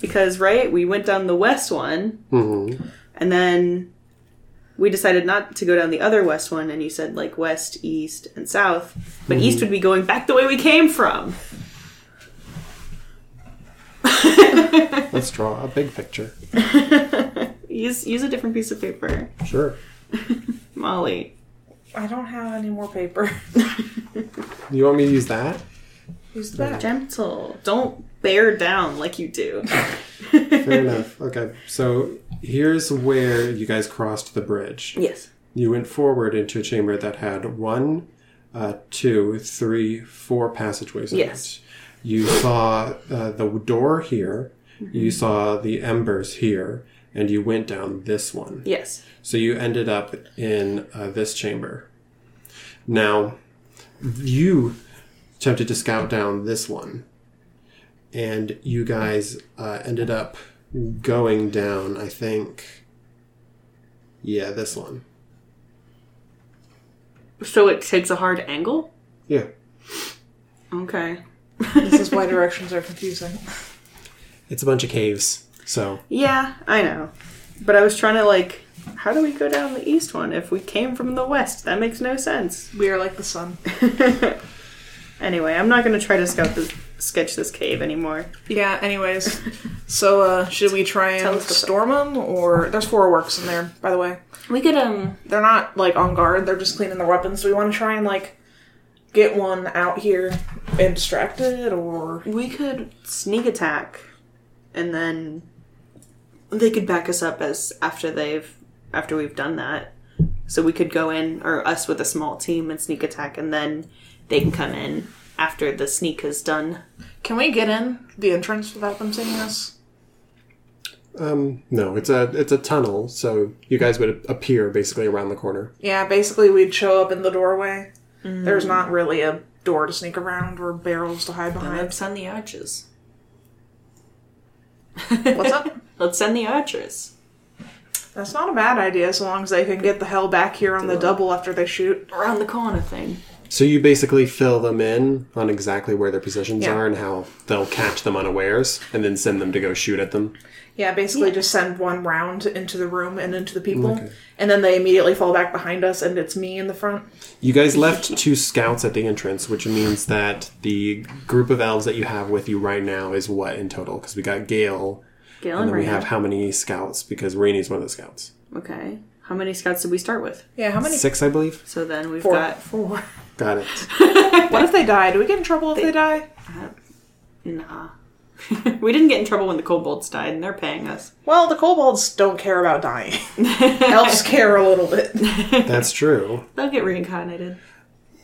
S3: because, right? We went down the west one,
S2: Mm-hmm.
S3: and then we decided not to go down the other west one. And you said like west, east, and south, but east would be going back the way we came from.
S2: Let's draw a big picture.
S3: Use use a different piece of paper,
S2: Sure.
S3: Molly.
S1: I don't have any more paper.
S2: You want me to use that?
S1: Use the back.
S3: Gentle. Don't bear down like you do.
S2: Fair enough. Okay. So here's where you guys crossed the bridge.
S3: yes.
S2: You went forward into a chamber that had one, uh, two, three, four passageways. In
S3: Yes.
S2: It. You saw uh, the door here. You saw the embers here, and you went down this one.
S3: Yes.
S2: So you ended up in uh, this chamber. Now, you attempted to scout down this one, and you guys uh, ended up going down, I think. Yeah, this one.
S3: So it takes a hard angle?
S2: Yeah.
S3: Okay.
S1: This is why directions are confusing.
S2: It's a bunch of caves. So,
S3: Yeah, I know. But I was trying to like how do we go down the east one if we came from the west? That makes no sense.
S1: We are like the sun.
S3: Anyway, I'm not gonna try to scout this sketch this cave anymore.
S1: Yeah, anyways. So, uh, should we try
S3: Tell
S1: and
S3: us what's
S1: storm them? Or. There's four works in there, by the way.
S3: We could um
S1: They're not, like, on guard, they're just cleaning their weapons. Do we want to try and, like, get one out here and distract it? Or.
S3: we could sneak attack and then they could back us up as after they've after we've done that. So we could go in or us with a small team and sneak attack and then they can come in after the sneak is done.
S1: Can we get in the entrance without them seeing us?
S2: um, no, it's a it's a tunnel. So you guys would appear basically around the corner.
S1: Yeah, basically we'd show up in the doorway. There's not really a door to sneak around or barrels to hide behind.
S3: Let's send the archers.
S1: What's up?
S3: Let's send the archers.
S1: That's not a bad idea, so long as they can get the hell back here on the double after they shoot.
S3: Around the corner thing.
S2: So you basically fill them in on exactly where their positions
S1: Yeah.
S2: are and how they'll catch them unawares, and then send them to go shoot at them.
S1: Yeah, basically just send one round into the room and into the people, and then they immediately fall back behind us, and it's me in the front.
S2: You guys left two scouts at the entrance, which means that the group of elves that you have with you right now is what in total? Because we got Gale,
S3: Galen
S2: and then we have how many scouts? Because Rainey's one of the scouts.
S3: Okay. How many scouts did we start with?
S1: Yeah, how many?
S2: Six, I believe.
S3: So then we've
S1: Four.
S3: got
S1: Four.
S2: Got it.
S1: what if they die? Do we get in trouble if they die?
S3: nah. we didn't get in trouble when the kobolds died, and they're paying us.
S1: Well, the kobolds don't care about dying. Elves care a little bit.
S2: That's true.
S3: They'll get reincarnated.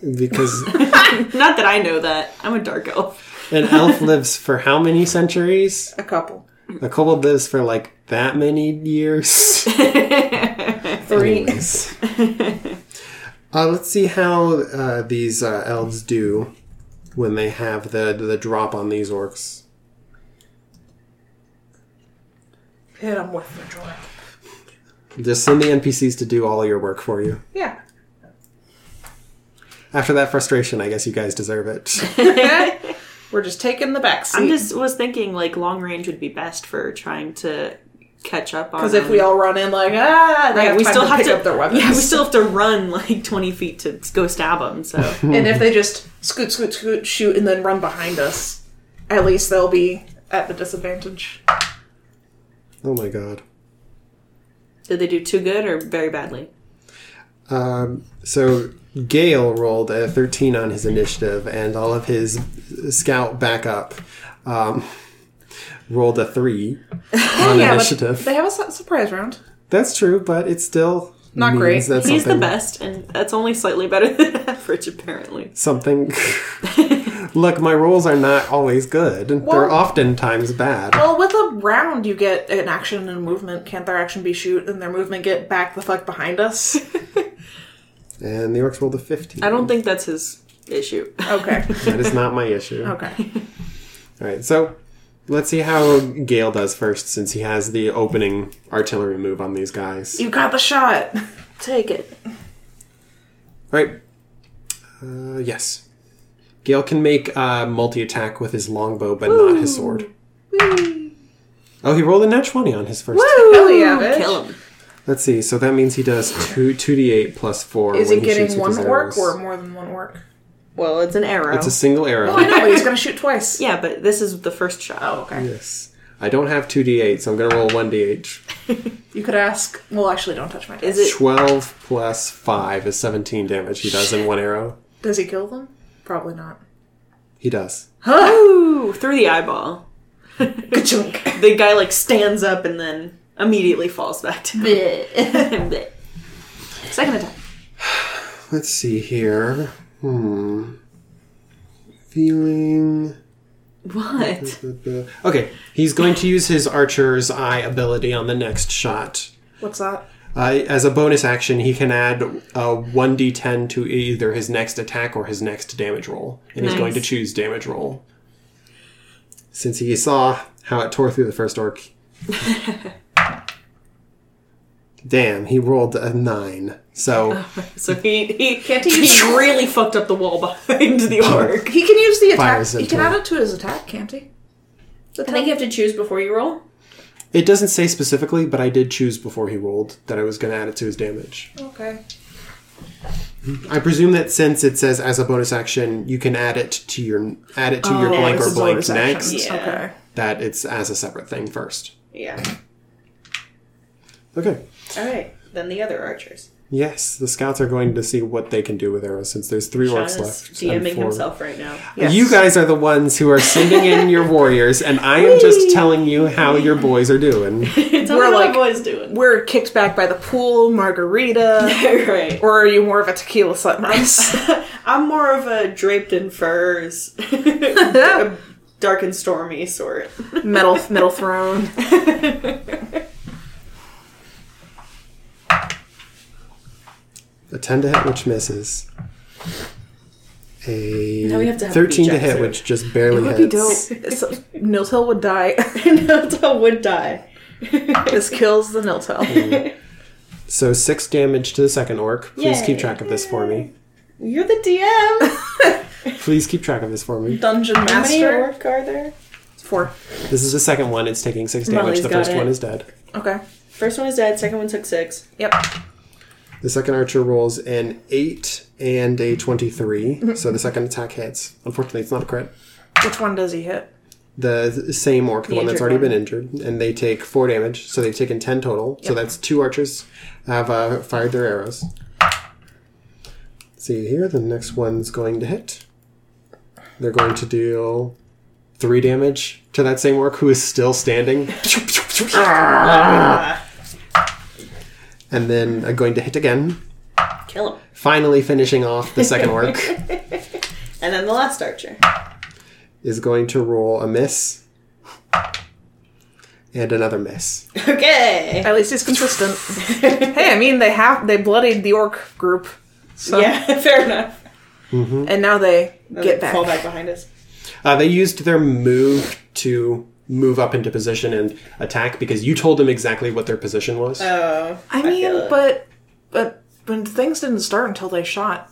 S2: Because
S3: Not that I know that. I'm a dark elf.
S2: an elf lives for how many centuries?
S1: A couple.
S2: A kobold lives for like that many years.
S1: Three.
S2: Anyways. Uh, let's see how uh, these uh, elves do when they have the the drop on these orcs.
S1: Hit 'em with the joy.
S2: Just send the NPCs to do all your work for you.
S1: Yeah.
S2: After that frustration, I guess you guys deserve it.
S1: We're just taking the back
S3: I
S1: seat.
S3: just was thinking like long range would be best for trying to catch up on.
S1: Because if we
S3: them.
S1: all run in like ah, they
S3: Right,
S1: have
S3: we
S1: time
S3: still
S1: to
S3: have
S1: pick
S3: to
S1: up their weapons.
S3: Yeah, we still have to run like 20 feet to go stab them. So
S1: and if they just scoot, scoot, scoot, shoot, and then run behind us, at least they'll be at the disadvantage.
S2: oh my god.
S3: did they do too good or very badly?
S2: Um, so Gale rolled a 13 on his initiative, and all of his scout backup um, rolled a 3 on
S1: yeah,
S2: initiative.
S1: but they have a su- surprise round.
S2: That's true, but it's still
S1: Not
S2: means
S1: great.
S2: That
S3: He's the
S2: something-
S3: best, and that's only slightly better than average apparently.
S2: Something. Look, my rolls are not always good. They're
S1: Well-
S2: oftentimes bad.
S1: Well, with a round, you get an action and movement. Can't their action be shoot and their movement get back the fuck behind us?
S2: And the orcs rolled a 15.
S3: I don't think that's his issue.
S1: Okay.
S2: That is not my issue.
S1: Okay.
S2: All right, so let's see how Gale does first, since he has the opening artillery move on these guys. All
S1: You got the shot.
S3: Take it.
S2: right. Uh, yes. Gale can make uh, multi attack with his longbow, but not his sword. Oh, he rolled a nat 20 on his first.
S1: Hell yeah,
S3: Ooh,
S1: bitch.
S3: Kill him.
S2: Let's see. So that means he does two two d eight plus four.
S1: Is
S2: when
S1: he
S2: shoots
S1: getting
S2: with
S1: one
S2: his
S1: orc
S2: arrows.
S1: or more than one orc?
S3: Well, it's an arrow.
S2: It's a single arrow.
S1: I know, but he's gonna shoot twice.
S3: yeah, but this is the first shot.
S1: Oh, okay.
S2: yes. I don't have two d eight, so I'm gonna roll one d eight.
S1: You could ask. Well, actually, don't touch my dice.
S3: Is it?
S2: Twelve plus five is seventeen damage. He does in one arrow.
S1: Does he kill them? Probably not.
S2: He does.
S3: Ooh, through the eyeball.
S1: Ka-chunk.
S3: The guy like stands up and then immediately falls back down. Bleh. Second attack.
S2: Let's see here. Hmm. Feeling.
S3: What?
S2: Okay, he's going to use his archer's eye ability on the next shot.
S1: What's that?
S2: Uh, as a bonus action, he can add uh, a 1d10 to either his next attack or his next damage roll. And he's
S3: Nice.
S2: going to choose damage roll. Since he saw how it tore through the first orc. Damn, he rolled a 9. So,
S3: So he he
S1: Can't
S3: can't
S1: he
S3: he,
S1: use-
S3: really fucked up the wall behind the orc.
S1: He can use the attack.
S2: Fires
S1: He
S2: into
S1: can
S2: it.
S1: add it to his attack, can't he?
S3: I think you have to choose before you roll.
S2: it doesn't say specifically, but I did choose before he rolled that I was going to add it to his damage.
S1: Okay.
S2: I presume that since it says as a bonus action, you can add it to your add it to your
S3: Oh,
S2: blank
S1: It's
S2: or
S1: a
S2: blank
S1: bonus action.
S2: next.
S3: Yeah.
S1: Okay.
S2: That it's as a separate thing first.
S3: Yeah.
S2: Okay.
S3: All right. Then the other archers.
S2: Yes, the scouts are going to see what they can do with arrows since there's three
S3: John
S2: orcs
S3: is
S2: left. and
S3: DMing
S2: four-
S3: himself right now.
S1: Yes.
S2: You guys are the ones who are sending in your warriors, and I am just telling you how your boys are doing.
S3: Tell
S1: We're
S3: me what
S1: like-
S3: the boy's doing.
S1: We're kicked back by the pool, margarita.
S3: right.
S1: or are you more of a tequila sunrise?
S3: I'm more of a draped in furs, d- dark and stormy sort.
S1: metal, metal throne.
S2: A 10 to hit, which misses. A
S3: Now we have to have
S2: 13 to
S3: Jack
S2: hit,
S3: serve.
S2: which just barely
S1: It would
S2: hits.
S1: be dope. So, Niltel would die.
S3: Niltel would die.
S1: this kills the
S2: Mm.
S1: Niltel.
S2: So 6 damage to the second orc. Please
S3: Yay.
S2: keep track of this for me.
S3: You're the DM.
S2: Please keep track of this for me.
S1: Dungeon
S3: How many
S1: master.
S3: orc are there?
S1: Four.
S2: This is the second one. It's taking 6
S3: Molly's
S2: damage. The
S3: got
S2: first
S3: it.
S2: one is dead.
S1: Okay.
S3: First one is dead. Second one took six.
S1: Yep.
S2: The second archer rolls an 8 and a 23. so the second attack hits. Unfortunately, it's not a crit.
S1: Which one does he hit?
S2: the same orc, the, one that's
S3: injured
S2: already
S3: one.
S2: been injured, and they take four damage, so they've taken ten total. So that's two archers have uh, fired their arrows. See here, the next one's going to hit. They're going to deal three damage to that same orc who is still standing. and then I'm going to hit again,
S3: Kill him.
S2: finally finishing off the second orc.
S3: And then the last archer.
S2: is going to roll a miss and another miss.
S3: Okay.
S1: At least he's consistent. hey, I mean they have they bloodied the orc group, so
S3: Yeah, fair enough.
S1: and now they get back.
S3: Fall back behind us.
S2: Uh, they used their move to move up into position and attack because you told them exactly what their position was.
S3: Oh.
S1: I
S3: feel
S1: mean,
S3: it.
S1: but but but things didn't start until they shot.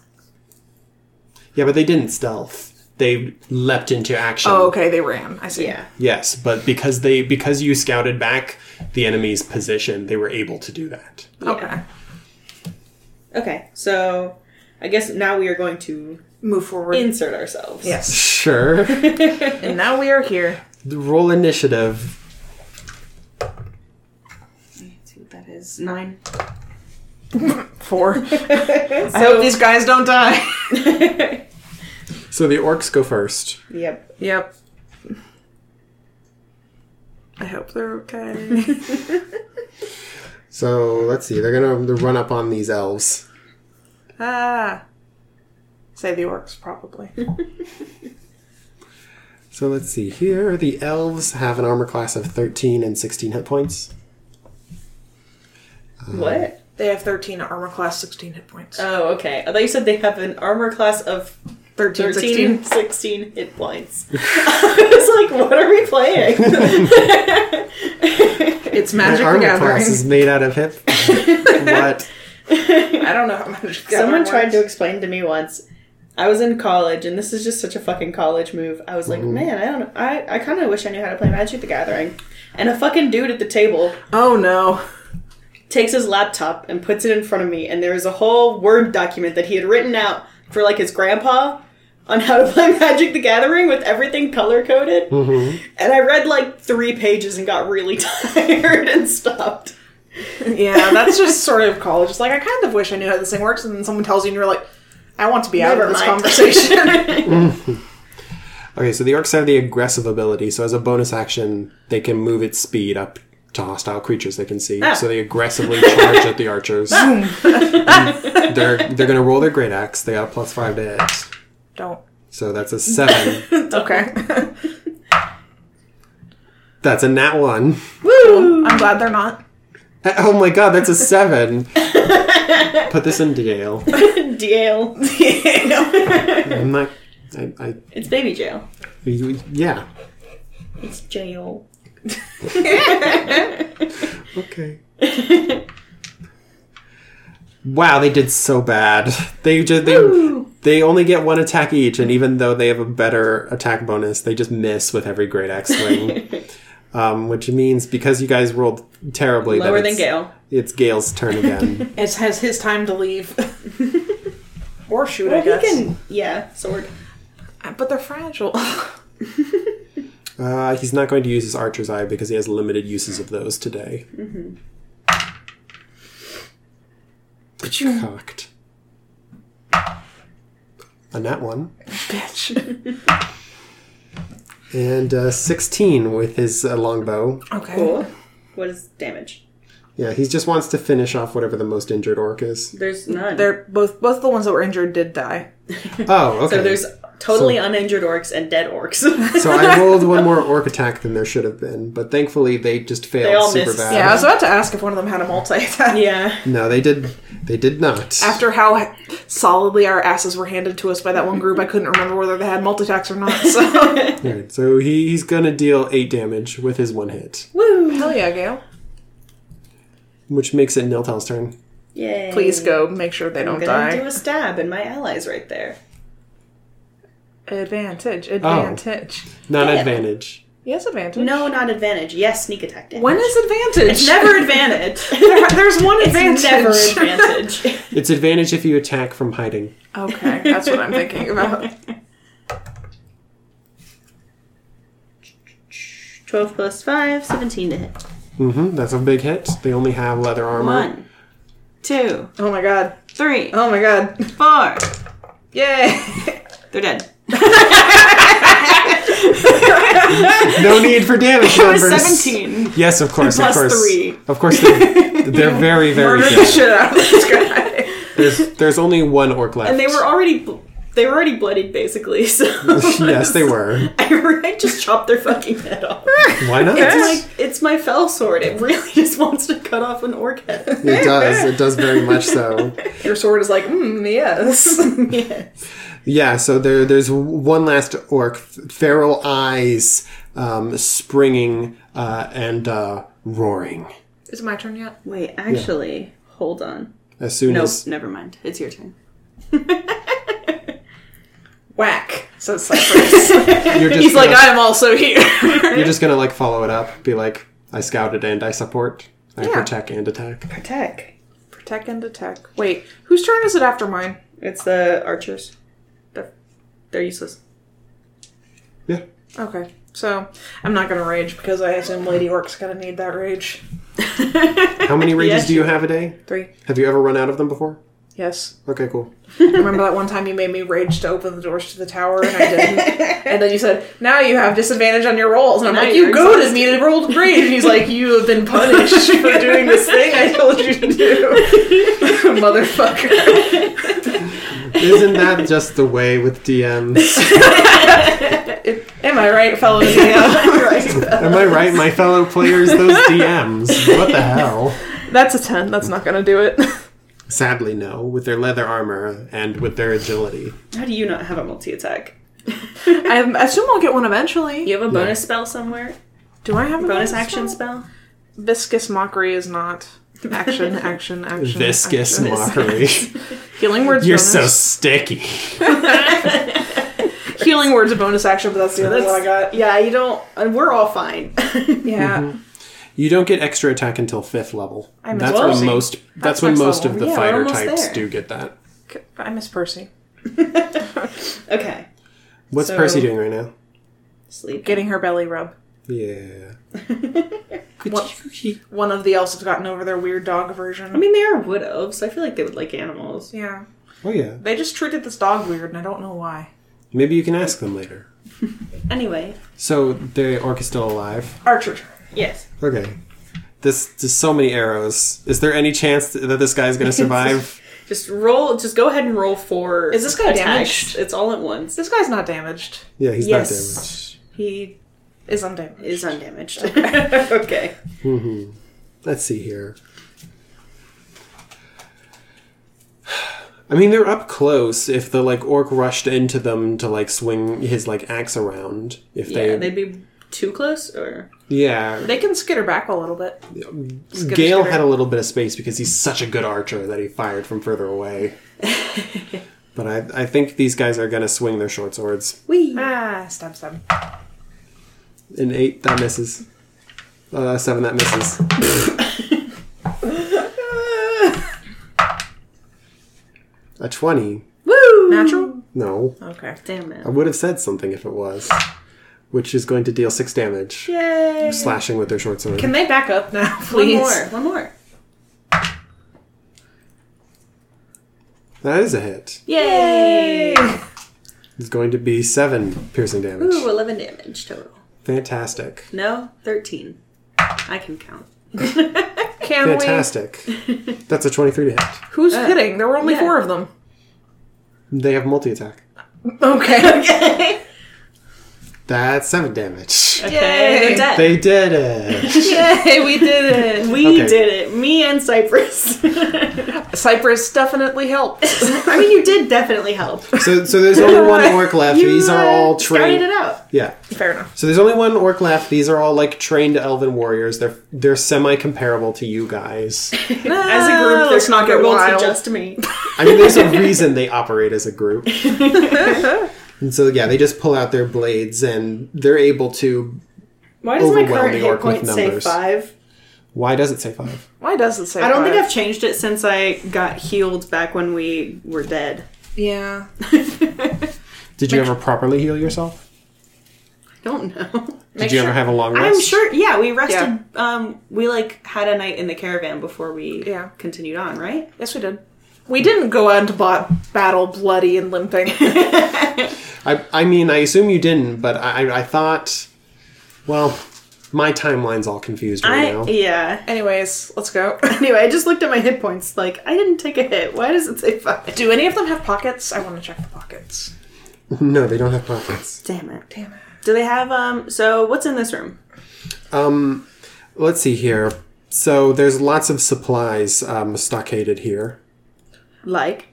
S2: yeah, but they didn't stealth. They leapt into action.
S1: Oh, okay, they ran. I see.
S3: Yeah.
S2: Yes, but because they because you scouted back the enemy's position, they were able to do that.
S1: Okay.
S3: Yeah. Okay, so I guess now we are going to
S1: Move forward.
S3: insert ourselves.
S1: yes.
S2: Sure.
S1: And now we are here.
S2: roll initiative.
S3: Let's see what That is nine.
S1: Four. I hope these guys don't die.
S2: So the orcs go first.
S3: Yep.
S1: yep. I hope they're okay.
S2: So let's see. They're gonna run up on these elves.
S1: ah. Say the orcs, probably.
S2: So let's see here. The elves have an armor class of 13 and 16 hit points.
S3: What?
S1: They have 13 armor class, 16 hit points.
S3: Oh, okay. I thought you said they have an armor class of 13,
S1: 16.
S3: 16, hit points. I was like, what are we playing?
S1: it's Magic
S2: armor
S1: the Gathering.
S2: class is made out of hip. what?
S1: I don't know how Magic the
S3: Someone
S1: Gathering
S3: tried to
S1: works.
S3: explain to me once. I was in college, and this is just such a fucking college move. I was like, man, I don't, I, I kind of wish I knew how to play Magic the Gathering. And a fucking dude at the table
S1: Oh no.
S3: takes his laptop and puts it in front of me, and there is a whole Word document that he had written out for like his grandpa on how to play Magic the Gathering with everything color coded. And I read like three pages and got really tired and stopped.
S1: Yeah, that's just sort of college. It's like I kind of wish I knew how this thing works, and then someone tells you, and you're like, I want to be out
S3: Never
S1: of this
S3: mind.
S1: conversation.
S2: Okay, so the orcs have the aggressive ability. So as a bonus action, they can move its speed up to hostile creatures they can see. So they aggressively charge at the archers. they're they're gonna roll their great axe. They got a plus five to hit.
S1: don't.
S2: So that's a seven.
S1: Okay.
S2: that's a nat one.
S1: I'm glad they're not.
S2: Oh my god, that's a seven. Put this in jail.
S3: Jail.
S2: I'm not. I, I
S3: It's baby jail.
S2: yeah.
S3: It's jail.
S2: Okay. wow, they did so bad. They just they, they only get one attack each, and even though they have a better attack bonus, they just miss with every great axe swing. um, which means because you guys rolled terribly, that
S3: Lower than
S2: it's-
S3: Gale.
S2: It's Gale's turn again.
S1: It has his time to leave. or shoot, I
S3: Well,
S1: guess.
S3: he can, yeah, sword.
S1: But they're fragile.
S2: uh, he's not going to use his archer's eye because he has limited uses of those today.
S3: Mm-hmm.
S2: Cocked. And that one.
S1: Bitch.
S2: and uh, 16 with his uh, longbow.
S1: Okay.
S3: Cool. What is damage?
S2: Yeah, he just wants to finish off whatever the most injured orc is.
S3: There's none.
S1: They're both both the ones that were injured did die.
S2: Oh, okay.
S3: so there's totally
S2: So-
S3: uninjured orcs and dead orcs.
S2: So I rolled one more orc attack than there should have been, but thankfully they just failed
S3: all
S2: super
S3: missed.
S2: bad.
S1: Yeah, I was about to ask if one of them had a multi attack.
S3: yeah.
S2: No, they did. They did not.
S1: After how solidly our asses were handed to us by that one group, I couldn't remember whether they had multi attacks or not. So
S2: Alright, so he, he's gonna deal eight damage with his one hit,
S3: Woo!
S1: hell yeah, Gail.
S2: which makes it Niltel's turn.
S3: Yay.
S1: Please go make sure they
S3: I'm
S1: don't
S3: gonna
S1: die.
S3: do a stab, and my ally's right there.
S1: Advantage. Advantage.
S2: Not advantage.
S1: Yes, advantage.
S3: No, not advantage. Yes, sneak attack damage.
S1: When is advantage?
S3: It's never advantage.
S1: There- there's one advantage.
S3: It's never advantage.
S2: It's advantage if you attack from hiding.
S1: okay, that's what I'm thinking about.
S3: 12 plus 5, 17 to hit.
S2: Mm-hmm, that's a big hit. They only have leather armor.
S3: One, two,
S1: Oh my god.
S3: three,
S1: Oh my god.
S3: four.
S1: Yay.
S3: They're dead.
S2: No need for damage
S1: It was
S2: numbers.
S1: 17.
S2: Yes, of course,
S1: Plus
S2: of course.
S1: three.
S2: Of course, they're, they're very, very
S1: Murdered the
S2: good.
S1: shit out of this guy.
S2: There's, there's only one orc left.
S4: and they were already bl- they were already bloodied basically. So
S2: yes, they were.
S4: I, I just chopped their fucking head off.
S2: Why not?
S4: It's like it's my fell sword. It really just wants to cut off an orc head.
S2: It does. It does very much so.
S1: Your sword is like, mm, yes.
S4: yes.
S2: Yeah. So there, there's one last orc, feral eyes, um, springing uh, and uh, roaring.
S1: Is it my turn yet?
S3: Wait, actually, hold on.
S2: As soon
S3: Nope,
S2: as
S3: never mind. It's your turn.
S1: Whack, says Cypress.
S2: you're just
S1: He's like,
S2: gonna-
S1: I am also here.
S2: you're just gonna like follow it up, be like, I scouted and I support, I
S1: Yeah.
S2: protect and attack.
S3: Attack.
S1: Protect and attack. Wait, whose turn is it after mine?
S3: It's the archers. They're, they're useless.
S2: Yeah.
S1: Okay. So I'm not gonna rage because I assume Lady Orc's gonna need that rage.
S2: How many rages do you have a day?
S1: Three.
S2: Have you ever run out of them before?
S1: Yes.
S2: Okay, cool.
S1: Remember that one time you made me rage to open the doors to the tower and I didn't? and then you said, now you have disadvantage on your rolls. And I'm
S4: Now
S1: like,
S4: you're
S1: you goaded me to roll rage. And he's like, you have been punished for doing this thing I told you to do. Motherfucker.
S2: Isn't that just the way with DMs?
S1: Am I right, fellows? Yeah.
S2: Am I right, my fellow players? Those DMs. What the hell?
S1: That's a 10. That's not gonna do it.
S2: Sadly, no. With their leather armor and with their agility.
S3: How do you not have a multi attack?
S1: I assume I'll get one eventually.
S3: You have a bonus spell somewhere?
S1: Do I have a
S3: Bonus action spell?
S1: Viscous mockery is not action, action, action.
S2: Viscous
S1: action.
S2: mockery.
S1: Healing words.
S2: You're so
S1: bonus.
S2: sticky.
S1: healing words a bonus action, but that's the other one I got.
S4: Yeah, you don't. And we're all fine.
S1: Yeah,
S2: You don't get extra attack until fifth level.
S1: I miss
S2: that's
S1: Percy.
S2: when most. That's,
S1: That's
S2: when
S1: next
S2: most
S1: level.
S2: of the
S1: Yeah, we're
S2: fighter
S1: almost
S2: types
S1: there.
S2: do get that.
S1: C- I miss Percy.
S4: Okay.
S2: What's
S3: So-
S2: Percy doing right now?
S3: Sleep.
S1: Getting her belly rub.
S2: Yeah.
S1: What- One of the elves have gotten over their weird dog version.
S3: I mean, they are wood elves. so I feel like they would like animals.
S1: yeah,
S2: Oh yeah.
S1: they just treated this dog weird, and I don't know why.
S2: Maybe you can ask them later.
S3: Anyway,
S2: So the orc is still alive.
S1: Archer. turn.
S3: yes.
S2: Okay. This there's so many arrows. Is there any chance that this guy's gonna survive?
S3: Just roll. Just go ahead and roll four.
S1: Is this guy damaged?
S3: It's all at once.
S1: This guy's not damaged.
S2: yeah, he's
S3: Yes. He
S1: Is undamaged.
S3: is undamaged. okay.
S2: not damaged. hmm Let's see here. I mean, they're up close. If the like orc rushed into them to like swing his like axe around, if
S3: Yeah,
S2: they,
S3: they'd be too close, or
S2: yeah,
S1: They can skitter back a little bit. skitter,
S2: Gale
S1: skitter.
S2: had a little bit of space because he's such a good archer that he fired from further away. but I, I think these guys are gonna swing their short swords.
S3: we.
S1: Ah, stab, stab.
S2: An eight that misses. Uh, seven that misses. A twenty?
S3: Woo!
S1: Natural.
S2: No,
S1: Okay.
S3: Damn it.
S2: I would have said something if it was. Which is going to deal six damage,
S3: Yay!
S2: slashing with their short sword.
S1: Can they back up now,
S3: One
S1: please?
S3: more. One more.
S2: that is a hit.
S3: Yay!
S2: It's going to be seven piercing damage.
S3: Ooh, 11 damage total.
S2: Fantastic!
S3: No, 13. I can count.
S1: Can
S2: Fantastic! That's a twenty-three to hit.
S1: we? Who's hitting? There were only
S3: Uh, yeah.
S1: four of them.
S2: They have multi attack.
S1: Okay.
S3: Okay.
S2: That's seven damage.
S1: Yay.
S3: We're dead.
S2: They did it.
S1: Yay, we did it.
S3: we
S2: Okay.
S3: did it. Me and Cypress. I
S1: Cypress definitely helped.
S3: mean, you did definitely help.
S2: So, so there's only one orc left.
S3: You,
S2: These are
S3: uh,
S2: all
S3: Started
S2: trained.
S3: it out.
S2: Yeah.
S1: Fair enough.
S2: So there's only one orc left. These are all like trained elven warriors. They're they're semi comparable to you guys.
S3: As a group,
S1: let's not get
S3: comparable
S1: wild.
S3: To just me.
S2: I mean, there's a reason they operate as a group. And so yeah, they just pull out their blades and they're able to.
S3: Why does my
S2: Overwhelm
S3: current
S2: the
S3: hit
S2: orc with
S3: point say
S2: numbers.
S3: five?
S2: Why does it say five?
S1: Why does it say?
S3: I don't think
S1: five?
S3: I've changed it since I got healed back when we were dead.
S1: Yeah.
S3: I
S2: Did you ever properly heal yourself?
S3: don't know.
S2: Did you ever have a long rest?
S3: I'm sure. Yeah, we rested.
S1: Yeah.
S3: Um, we like had a night in the caravan before we
S1: Yeah.
S3: continued on, right?
S1: Yes, we did. We didn't go out into bot- battle bloody and limping.
S2: I, I mean, I assume you didn't, but I, I- I thought, well, my timeline's all confused right
S3: I,
S2: now.
S3: yeah.
S1: Anyways, let's go.
S3: Anyway, I just looked at my hit points. Like, I didn't take a hit. Why does it say five?
S1: Do any of them have pockets? I want to check the pockets.
S2: No, they don't have pockets.
S3: Damn it.
S1: Damn it.
S3: Do they have um? So what's in this room?
S2: Um, let's see here. So there's lots of supplies um, stockaded here,
S3: Like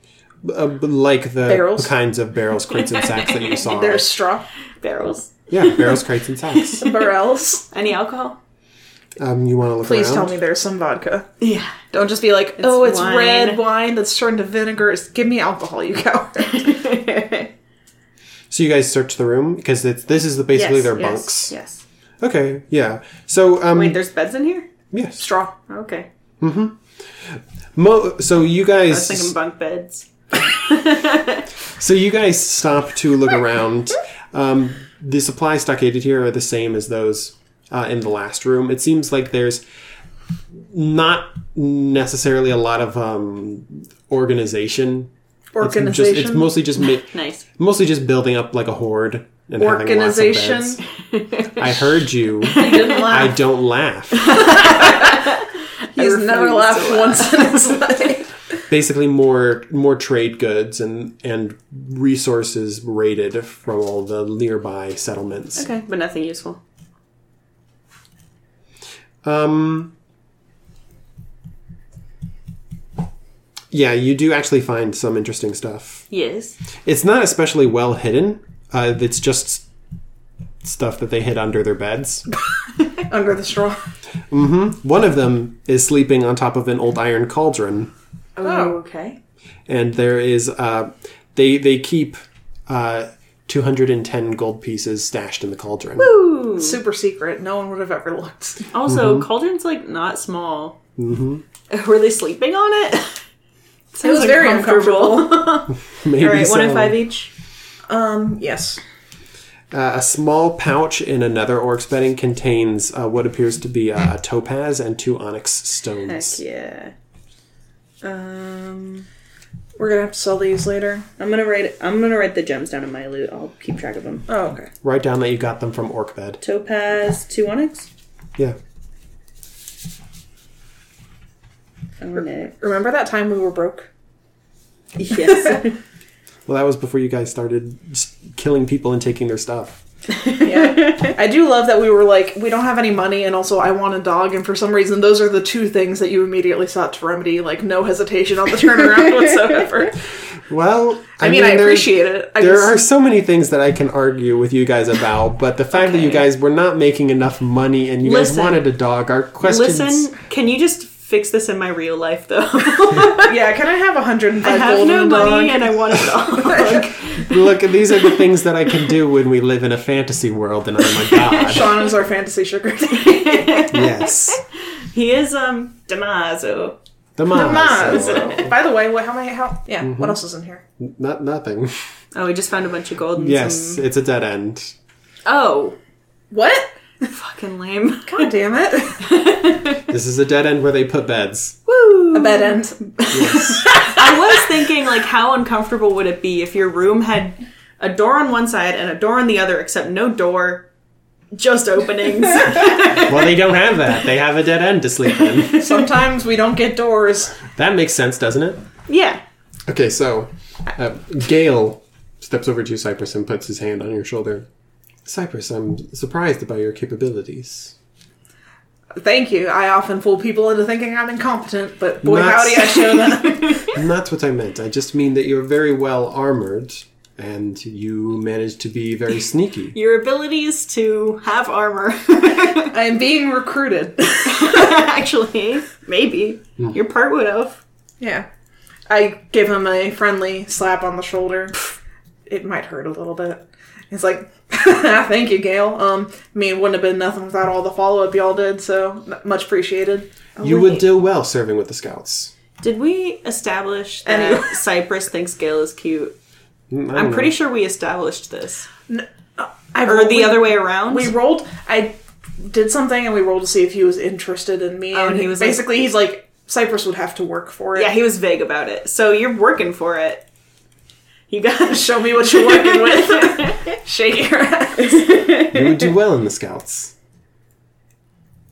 S2: uh, b- like the
S1: Barrels?
S2: kinds of barrels, crates, and sacks that you saw.
S1: There's straw,
S3: barrels.
S2: yeah, barrels, crates, and sacks.
S1: barrels.
S3: Any alcohol?
S2: Um, you want to look
S1: Please
S2: around?
S1: tell me there's some vodka.
S3: Yeah.
S1: Don't just be like, oh, it's
S3: wine."
S1: red wine that's turned to vinegar. It's- Give me alcohol, you coward.
S2: So you guys search the room because it's, this is the, basically
S3: Yes,
S2: their
S3: yes,
S2: bunks.
S3: Yes.
S2: Okay, yeah. So um,
S3: Wait, there's beds in here.
S2: yes.
S1: straw.
S3: Okay.
S2: Mo- so you
S3: I
S2: guys
S3: was thinking bunk beds.
S2: So you guys stop to look around. Um, the supplies stockaded here are the same as those uh, in the last room. It seems like there's not necessarily a lot of um, organization. It's just-
S1: Organization.
S2: It's, mostly just ma-
S3: Nice.
S2: mostly just building up like a horde and
S1: Organization.
S2: Having lots of beds. I heard you.
S3: Didn't laugh.
S2: I don't laugh.
S1: He's never
S3: refuse
S1: laughed
S3: to
S1: once in his life.
S2: Basically, more more trade goods and and resources raided from all the nearby settlements.
S3: Okay, but nothing useful.
S2: Um. Yeah, you do actually find some interesting stuff.
S3: Yes.
S2: It's not especially well hidden. Uh, it's just stuff that they hid under their beds.
S1: Under the straw.
S2: One of them is sleeping on top of an old iron cauldron,
S1: Oh.
S3: okay.
S2: and there is uh, they they keep uh, two hundred and ten gold pieces stashed in the cauldron.
S3: Ooh.
S1: Super secret. No one would have ever looked.
S3: Also, cauldron's like not small. Mm-hmm. Were they sleeping on it? Sounds
S1: was very
S2: Maybe
S3: All right, one
S2: so.
S3: and five each.
S1: Um, yes.
S2: Uh, a small pouch in another orc's bedding contains uh, what appears to be uh, a topaz and two onyx
S3: Heck
S2: stones.
S3: yeah. Um,
S1: We're gonna have to sell these later.
S3: I'm gonna write. I'm gonna write the gems down in my loot. I'll keep track of them.
S1: Oh, okay.
S2: Write down that you got them from orc bed.
S3: Topaz, two onyx.
S2: Yeah.
S3: Oh, Onyx.
S1: Remember that time we were broke?
S3: Yes.
S2: Well, that was before you guys started s- killing people and taking their stuff.
S1: Yeah. I do love that we were like, we don't have any money, and also I want a dog, and for some reason, those are the two things that you immediately sought to remedy. Like, no hesitation on the turnaround whatsoever.
S2: Well,
S1: I, mean, I
S2: there-
S1: appreciate it. I
S2: There
S1: just-
S2: are so many things that I can argue with you guys about, but the fact that you guys were not making enough money and you guys
S3: Listen.
S2: wanted a dog are questions.
S3: Listen, can you just fix this in my real life though?
S1: Yeah, can I have 105
S3: I have
S1: gold
S3: no
S1: and a dog?
S3: money and I want a dog.
S2: Look, these are the things that I can do when we live in a fantasy world, and I'm a god.
S1: Sean is our fantasy sugar.
S2: yes,
S3: he is um Damaso.
S2: the mom.
S1: By the way, what, how am I? How? Yeah. What else is in here?
S2: Not nothing.
S3: Oh, we just found a bunch of gold. And
S2: Yes,
S3: Some...
S2: it's a dead end.
S3: Oh,
S1: What?
S3: fucking lame.
S1: God damn it!
S2: This is a dead end where they put beds.
S3: Woo.
S1: A bed end.
S3: Mm. I was thinking, like, how uncomfortable would it be if your room had a door on one side and a door on the other, except no door, just openings.
S2: Well, they don't have that. They have a dead end to sleep in.
S1: Sometimes we don't get doors.
S2: That makes sense, doesn't it?
S3: yeah.
S2: Okay, so uh, Gail steps over to you, Cypress, and puts his hand on your shoulder. Cypress, I'm surprised by your capabilities.
S1: Thank you. I often fool people into thinking I'm incompetent, but boy
S2: Nuts.
S1: howdy, I show them.
S2: Not what I meant. I just mean that you're very well armored, and you manage to be very sneaky.
S3: Your abilities to have armor.
S1: I am being recruited.
S3: Actually, maybe.
S2: Hmm.
S3: You're part widow.
S1: Yeah. I give him a friendly slap on the shoulder. It might hurt a little bit. It's like, thank you, Gail. Um, I mean, it wouldn't have been nothing without all the follow up y'all did, so m- much appreciated.
S2: you would
S3: wait.
S2: do well serving with the scouts.
S3: Did we establish that
S1: Anyway.
S3: Cypress thinks Gale is cute?
S2: Mm, I
S3: I'm
S2: don't
S3: pretty
S2: know.
S3: sure we established this.
S1: I
S3: Or the
S1: we-
S3: other way around?
S1: We rolled. I did something, and we rolled to see if he was interested in me.
S3: Oh, and he was like-
S1: basically he's like Cypress would have to work for it.
S3: yeah, he was vague about it. So you're working for it. You guys
S1: Show me what you're working with. Shake your ass.
S2: You would do well in the Scouts.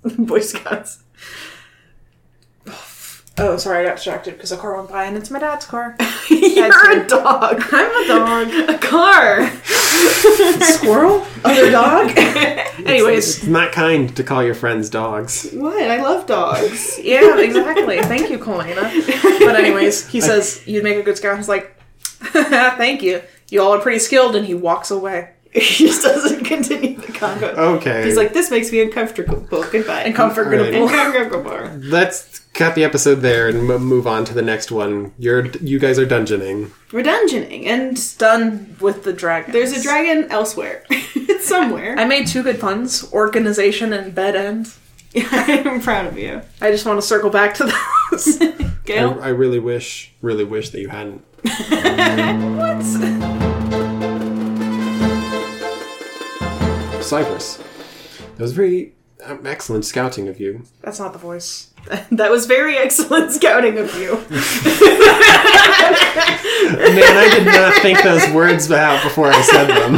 S3: Boy Scouts.
S1: Oh, sorry, I got distracted because a car went by and it's my dad's car.
S3: You're a dog.
S1: I'm a dog.
S3: A car.
S1: Squirrel? Other dog? Anyways.
S2: It's not kind to call your friends dogs.
S4: What? I love dogs.
S1: Yeah, exactly. Thank you, Colina. But anyways, he says, you'd make a good scout. He's like, thank you. You all are pretty skilled. And he walks away.
S4: he just doesn't continue the convo.
S2: Okay.
S4: He's like, this makes me uncomfortable. Goodbye.
S1: And comfort
S2: Alrighty.
S1: group.
S4: Uncomfortable.
S2: Let's cut the episode there and m- move on to the next one. You're you guys are dungeoning.
S4: We're dungeoning, and
S1: Done with the dragon.
S4: there's a dragon elsewhere. it's somewhere.
S1: I made two good puns organization and bed end.
S4: I'm proud of you.
S1: I just want to circle back to those.
S2: I,
S4: Gail?
S2: I really wish, really wish that you hadn't. what? Cyprus. That was very um, excellent scouting of you.
S1: That's not the voice.
S4: That was very excellent scouting of you.
S2: Man, I did not think those words out before I said them.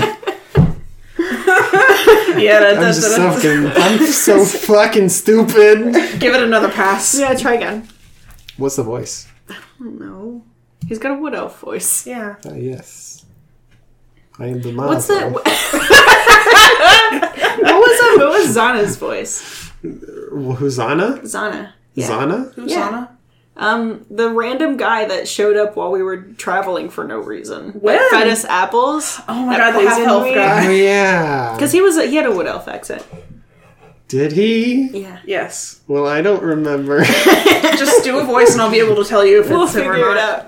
S1: Yeah, that,
S2: I'm just so fucking, I'm so fucking stupid.
S1: give it another pass.
S4: Yeah, try again.
S2: What's the voice?
S4: No. He's got a wood elf voice.
S1: Yeah.
S2: Ah, yes. I am the
S4: What's
S2: monster.
S4: that? what was what was Zana's voice?
S2: Huzana?
S4: Zana.
S2: Zana?
S1: Who's
S4: Yeah.
S1: Anna?
S4: Um, the random guy that showed up while we were traveling for no reason. That
S1: When?
S4: Fed us apples.
S1: Oh my god, the half-elf guy.
S2: Oh yeah.
S4: Because he was a, he had a wood elf accent.
S2: Did he?
S4: Yeah.
S1: Yes.
S2: Well, I don't remember.
S1: Just do a voice and I'll be able to tell you if
S4: We'll
S1: it's him or
S4: figure it out.
S1: not.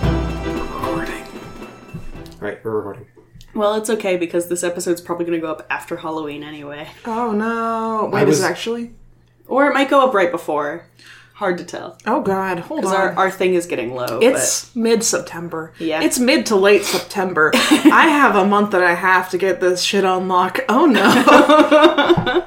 S2: recording. All right, we're recording.
S3: Well, it's okay because this episode's probably going to go up after Halloween anyway.
S1: Oh no. Wait,
S2: was-
S1: is it actually?
S3: Or it might go up right before. Hard to tell.
S1: Oh god, hold on.
S3: Because our, our thing is getting low.
S1: it's mid September.
S3: Yeah.
S1: It's mid to late September. I have a month and a half to get this shit on lock. Oh no.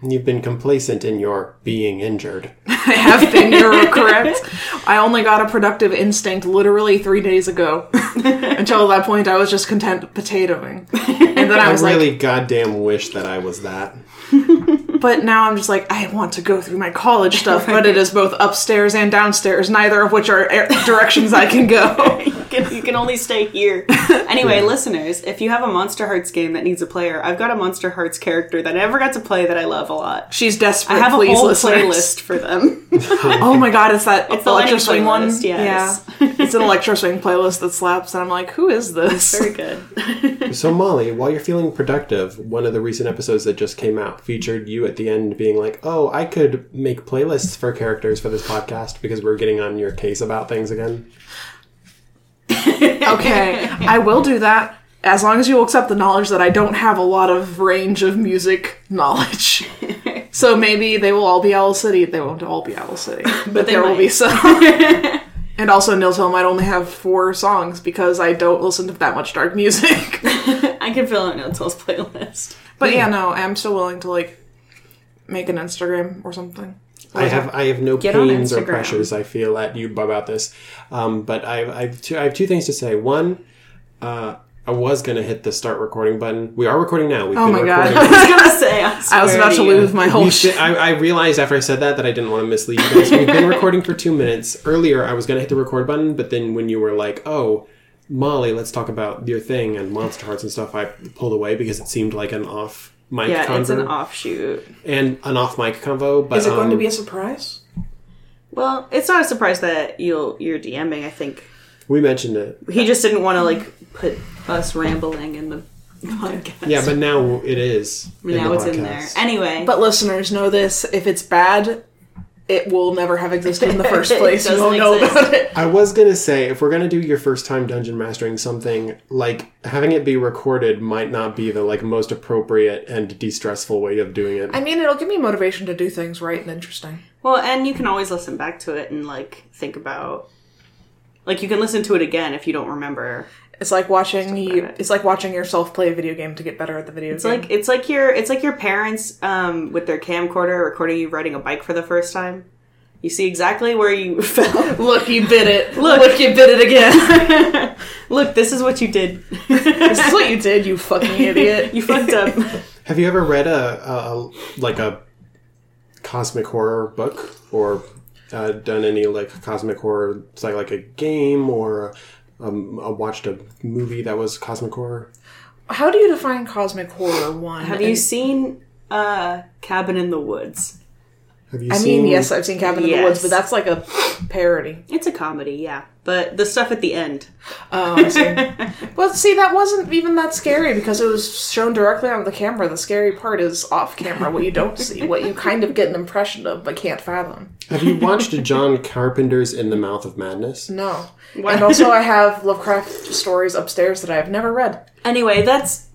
S2: You've been complacent in your being injured.
S1: I have been, you're correct. I only got a productive instinct literally three days ago. Until that point, I was just content potatoing. And then I
S2: I
S1: was like,
S2: really goddamn wish that I was that.
S1: But now I'm just like, I want to go through my college stuff, but it is both upstairs and downstairs, neither of which are air- directions I can go.
S3: But you can, you can only stay here. Anyway, listeners, if you have a Monster Hearts game that needs a player, I've got a Monster Hearts character that I never got to play that I love a lot.
S1: She's desperate.
S3: I have
S1: please,
S3: a whole
S1: listeners.
S3: playlist for them.
S1: Oh my god, it's that it's
S3: the
S1: electro
S3: lightning
S1: swing one.
S3: playlist, yes.
S1: Yeah, it's an electro swing playlist that slaps, and I'm like, who is this?
S3: Very good.
S2: So, Molly, while you're feeling productive, one of the recent episodes that just came out featured you at the end being like, oh, I could make playlists for characters for this podcast because we're getting on your case about things again.
S1: okay, I will do that as long as you will accept the knowledge that I don't have a lot of range of music knowledge. So maybe they will all be Owl City. They won't all be Owl City, but, there will be some. and also, Niltel might only have four songs because I don't listen to that much dark music.
S3: I can fill out Niltel's playlist.
S1: but yeah, no, I'm still willing to like make an Instagram or something.
S2: I have I have no
S3: on
S2: pains or
S3: Instagram.
S2: pressures I feel at you about this, um, but I, I have two I have two things to say. One, uh, I was gonna hit the start recording button. We are recording now. We've
S1: Oh
S2: been
S1: my
S2: recording.
S1: god. Oh,
S3: I was gonna say, I,
S1: I was
S3: swear
S1: about to
S3: you.
S1: lose my whole
S2: We
S1: shit.
S2: should, I, I realized after I said that that I didn't want to mislead you guys. We've been recording for two minutes. Earlier, I was going to hit the record button, but then when you were like, oh, Molly, let's talk about your thing and Monster Hearts and stuff, I pulled away because it seemed like an off mic
S3: Yeah,
S2: convo.
S3: it's an offshoot.
S2: and an off mic convo. But,
S1: Is it going to
S2: um,
S1: be a surprise?
S3: Well, it's not a surprise that you'll you're DMing. I think
S2: We mentioned it.
S3: he just didn't want to like put us rambling in the podcast.
S2: Yeah, but now it is.
S3: now
S2: the
S3: it's in there
S2: podcast.
S3: anyway.
S1: But listeners know this: if it's bad, it will never have existed in the first
S3: It
S1: place. you
S3: doesn't
S1: will know
S3: exist.
S1: about it.
S2: I was gonna say if we're gonna do your first time dungeon mastering something, like having it be recorded might not be the like most appropriate and de-stressful way of doing it.
S1: I mean, it'll give me motivation to do things right and interesting.
S3: well, and you can always listen back to it and like think about. Like you can listen to it again if you don't remember.
S1: It's like watching you. It's like watching yourself play a video game to get better at the video
S3: It's
S1: game.
S3: like it's like your it's like your parents um, with their camcorder recording you riding a bike for the first time. You see exactly where you fell.
S1: Look, you bit it.
S3: Look.
S1: you bit it again.
S3: Look, this is what you did.
S1: this is what you did, you fucking idiot.
S3: you fucked up.
S2: Have you ever read a, a, a like a cosmic horror book or uh, done any like cosmic horror? It's like like a game or um, uh, watched a movie that was cosmic horror.
S1: How do you define cosmic horror? One.
S3: Have you seen uh, Cabin in the Woods?
S2: Have you
S1: I
S2: seen?
S1: mean, yes, I've seen Cabin in the Woods,
S3: Yes.
S1: but that's like a parody.
S3: It's a comedy, yeah. But the stuff at the end.
S1: Oh, I see. well, see, that wasn't even that scary because it was shown directly on the camera. The scary part is off camera, what you don't see, what you kind of get an impression of but can't fathom.
S2: Have you watched John Carpenter's In the Mouth of Madness?
S1: No. And also, I have Lovecraft stories upstairs that I have never read.
S3: Anyway, that's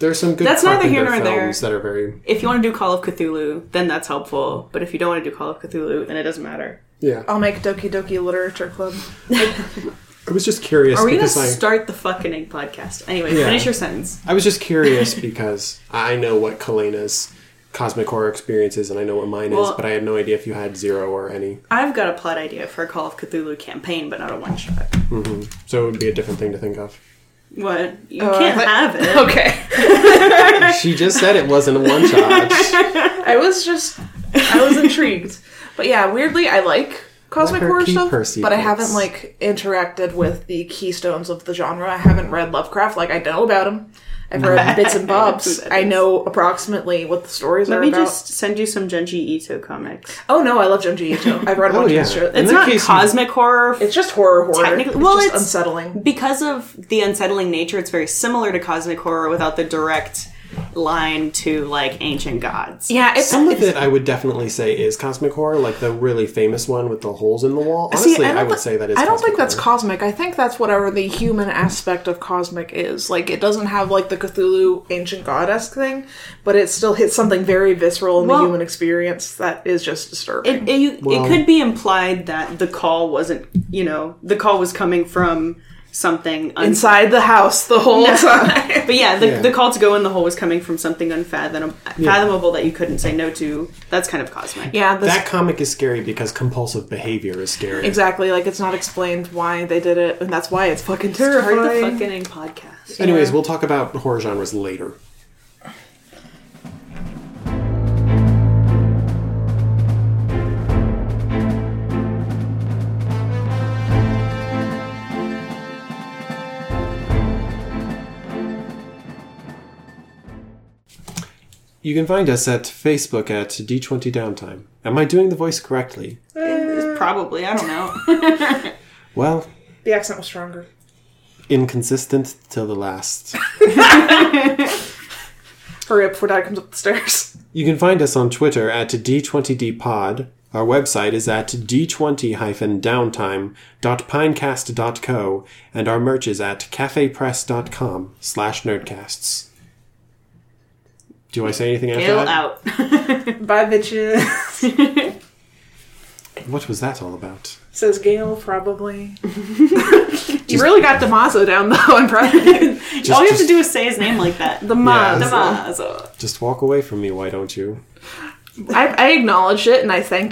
S2: There's some good
S3: That's neither
S2: Carpenter
S3: here nor there.
S2: films that are very
S3: if you want to do Call of Cthulhu, then that's helpful. But if you don't want to do Call of Cthulhu, then it doesn't matter.
S2: yeah.
S1: I'll make Doki Doki Literature Club.
S2: I was just curious
S3: Are we gonna
S2: because I
S3: start the fucking egg podcast? Anyway,
S2: Yeah.
S3: finish your sentence.
S2: I was just curious because I know what Kalena's cosmic horror experience is and I know what mine is,
S3: Well-
S2: but I had no idea if you had zero or any.
S3: I've got a plot idea for a Call of Cthulhu campaign, but not a one shot.
S2: So it would be a different thing to think of.
S3: What? You
S1: Oh, I
S3: can't
S1: thought-
S3: have it.
S1: Okay.
S2: she just said it wasn't a one shot.
S1: I was just, I was intrigued. But yeah, weirdly, I like cosmic
S2: Let her
S1: horror
S2: keep
S1: stuff,
S2: her
S1: but I
S2: secrets.
S1: haven't like interacted with the keystones of the genre. I haven't read Lovecraft. Like I know about him. I've read bits and bobs. I know approximately what the stories are
S3: Let me
S1: about.
S3: just send you some Genji Ito comics.
S1: Oh no, I love Junji Ito. I've read a bunch
S2: Oh, yeah.
S1: of his shit.
S2: In
S3: It's
S2: that
S3: not
S2: case, you-
S3: cosmic horror.
S1: It's just horror horror.
S3: Technically-
S1: it's
S3: well,
S1: just
S3: it's-
S1: unsettling.
S3: because of the unsettling nature, it's very similar to cosmic horror without the direct line to like ancient gods.
S1: Yeah, it's
S2: Some of it I would definitely say is cosmic horror, like the really famous one with the holes in the wall. Honestly,
S1: See, I,
S2: I,
S1: don't
S2: would
S1: thi-
S2: say that is
S1: I don't
S2: cosmic
S1: think that's
S2: horror.
S1: cosmic. I think that's whatever the human aspect of cosmic is. Like it doesn't have like the Cthulhu ancient goddess thing, but it still hits something very visceral in the
S3: Well-
S1: human experience that is just disturbing.
S3: It, it, it
S2: Well-
S3: could be implied that the call wasn't, you know, the call was coming from something un-
S1: Inside the house the whole time.
S3: But yeah the,
S2: Yeah.
S3: the call to go in the hole was coming from something unfathomable fathomable that you couldn't say no to. That's kind of cosmic.
S1: yeah, this,
S2: That comic is scary because compulsive behavior is scary.
S1: exactly. Like it's not explained why they did it, and that's why it's fucking
S3: Start the
S1: terrifying.
S3: fucking podcast.
S2: Anyways, we'll talk about horror genres later. You can find us at Facebook at D20 Downtime. Am I doing the voice correctly?
S3: It's probably I don't know.
S2: Well,
S1: the accent was stronger.
S2: inconsistent till the last.
S1: Hurry up before Dad comes up the stairs.
S2: You can find us on Twitter at D20DPod. Our website is at d20-downtime.pinecast.co, and our merch is at cafepress.com slash nerdcasts. Do I say anything after
S3: Ill
S2: that?
S3: out.
S1: Bye, bitches.
S2: What was that all about?
S1: Says Gail, probably. you really got Damaso down though. I'm proud of you.
S2: Just,
S3: All you have to
S2: just,
S3: do is say his name like that. The
S2: Yeah.
S3: Damaso.
S2: just walk away from me, why don't you?
S1: I, I acknowledged it and I thanked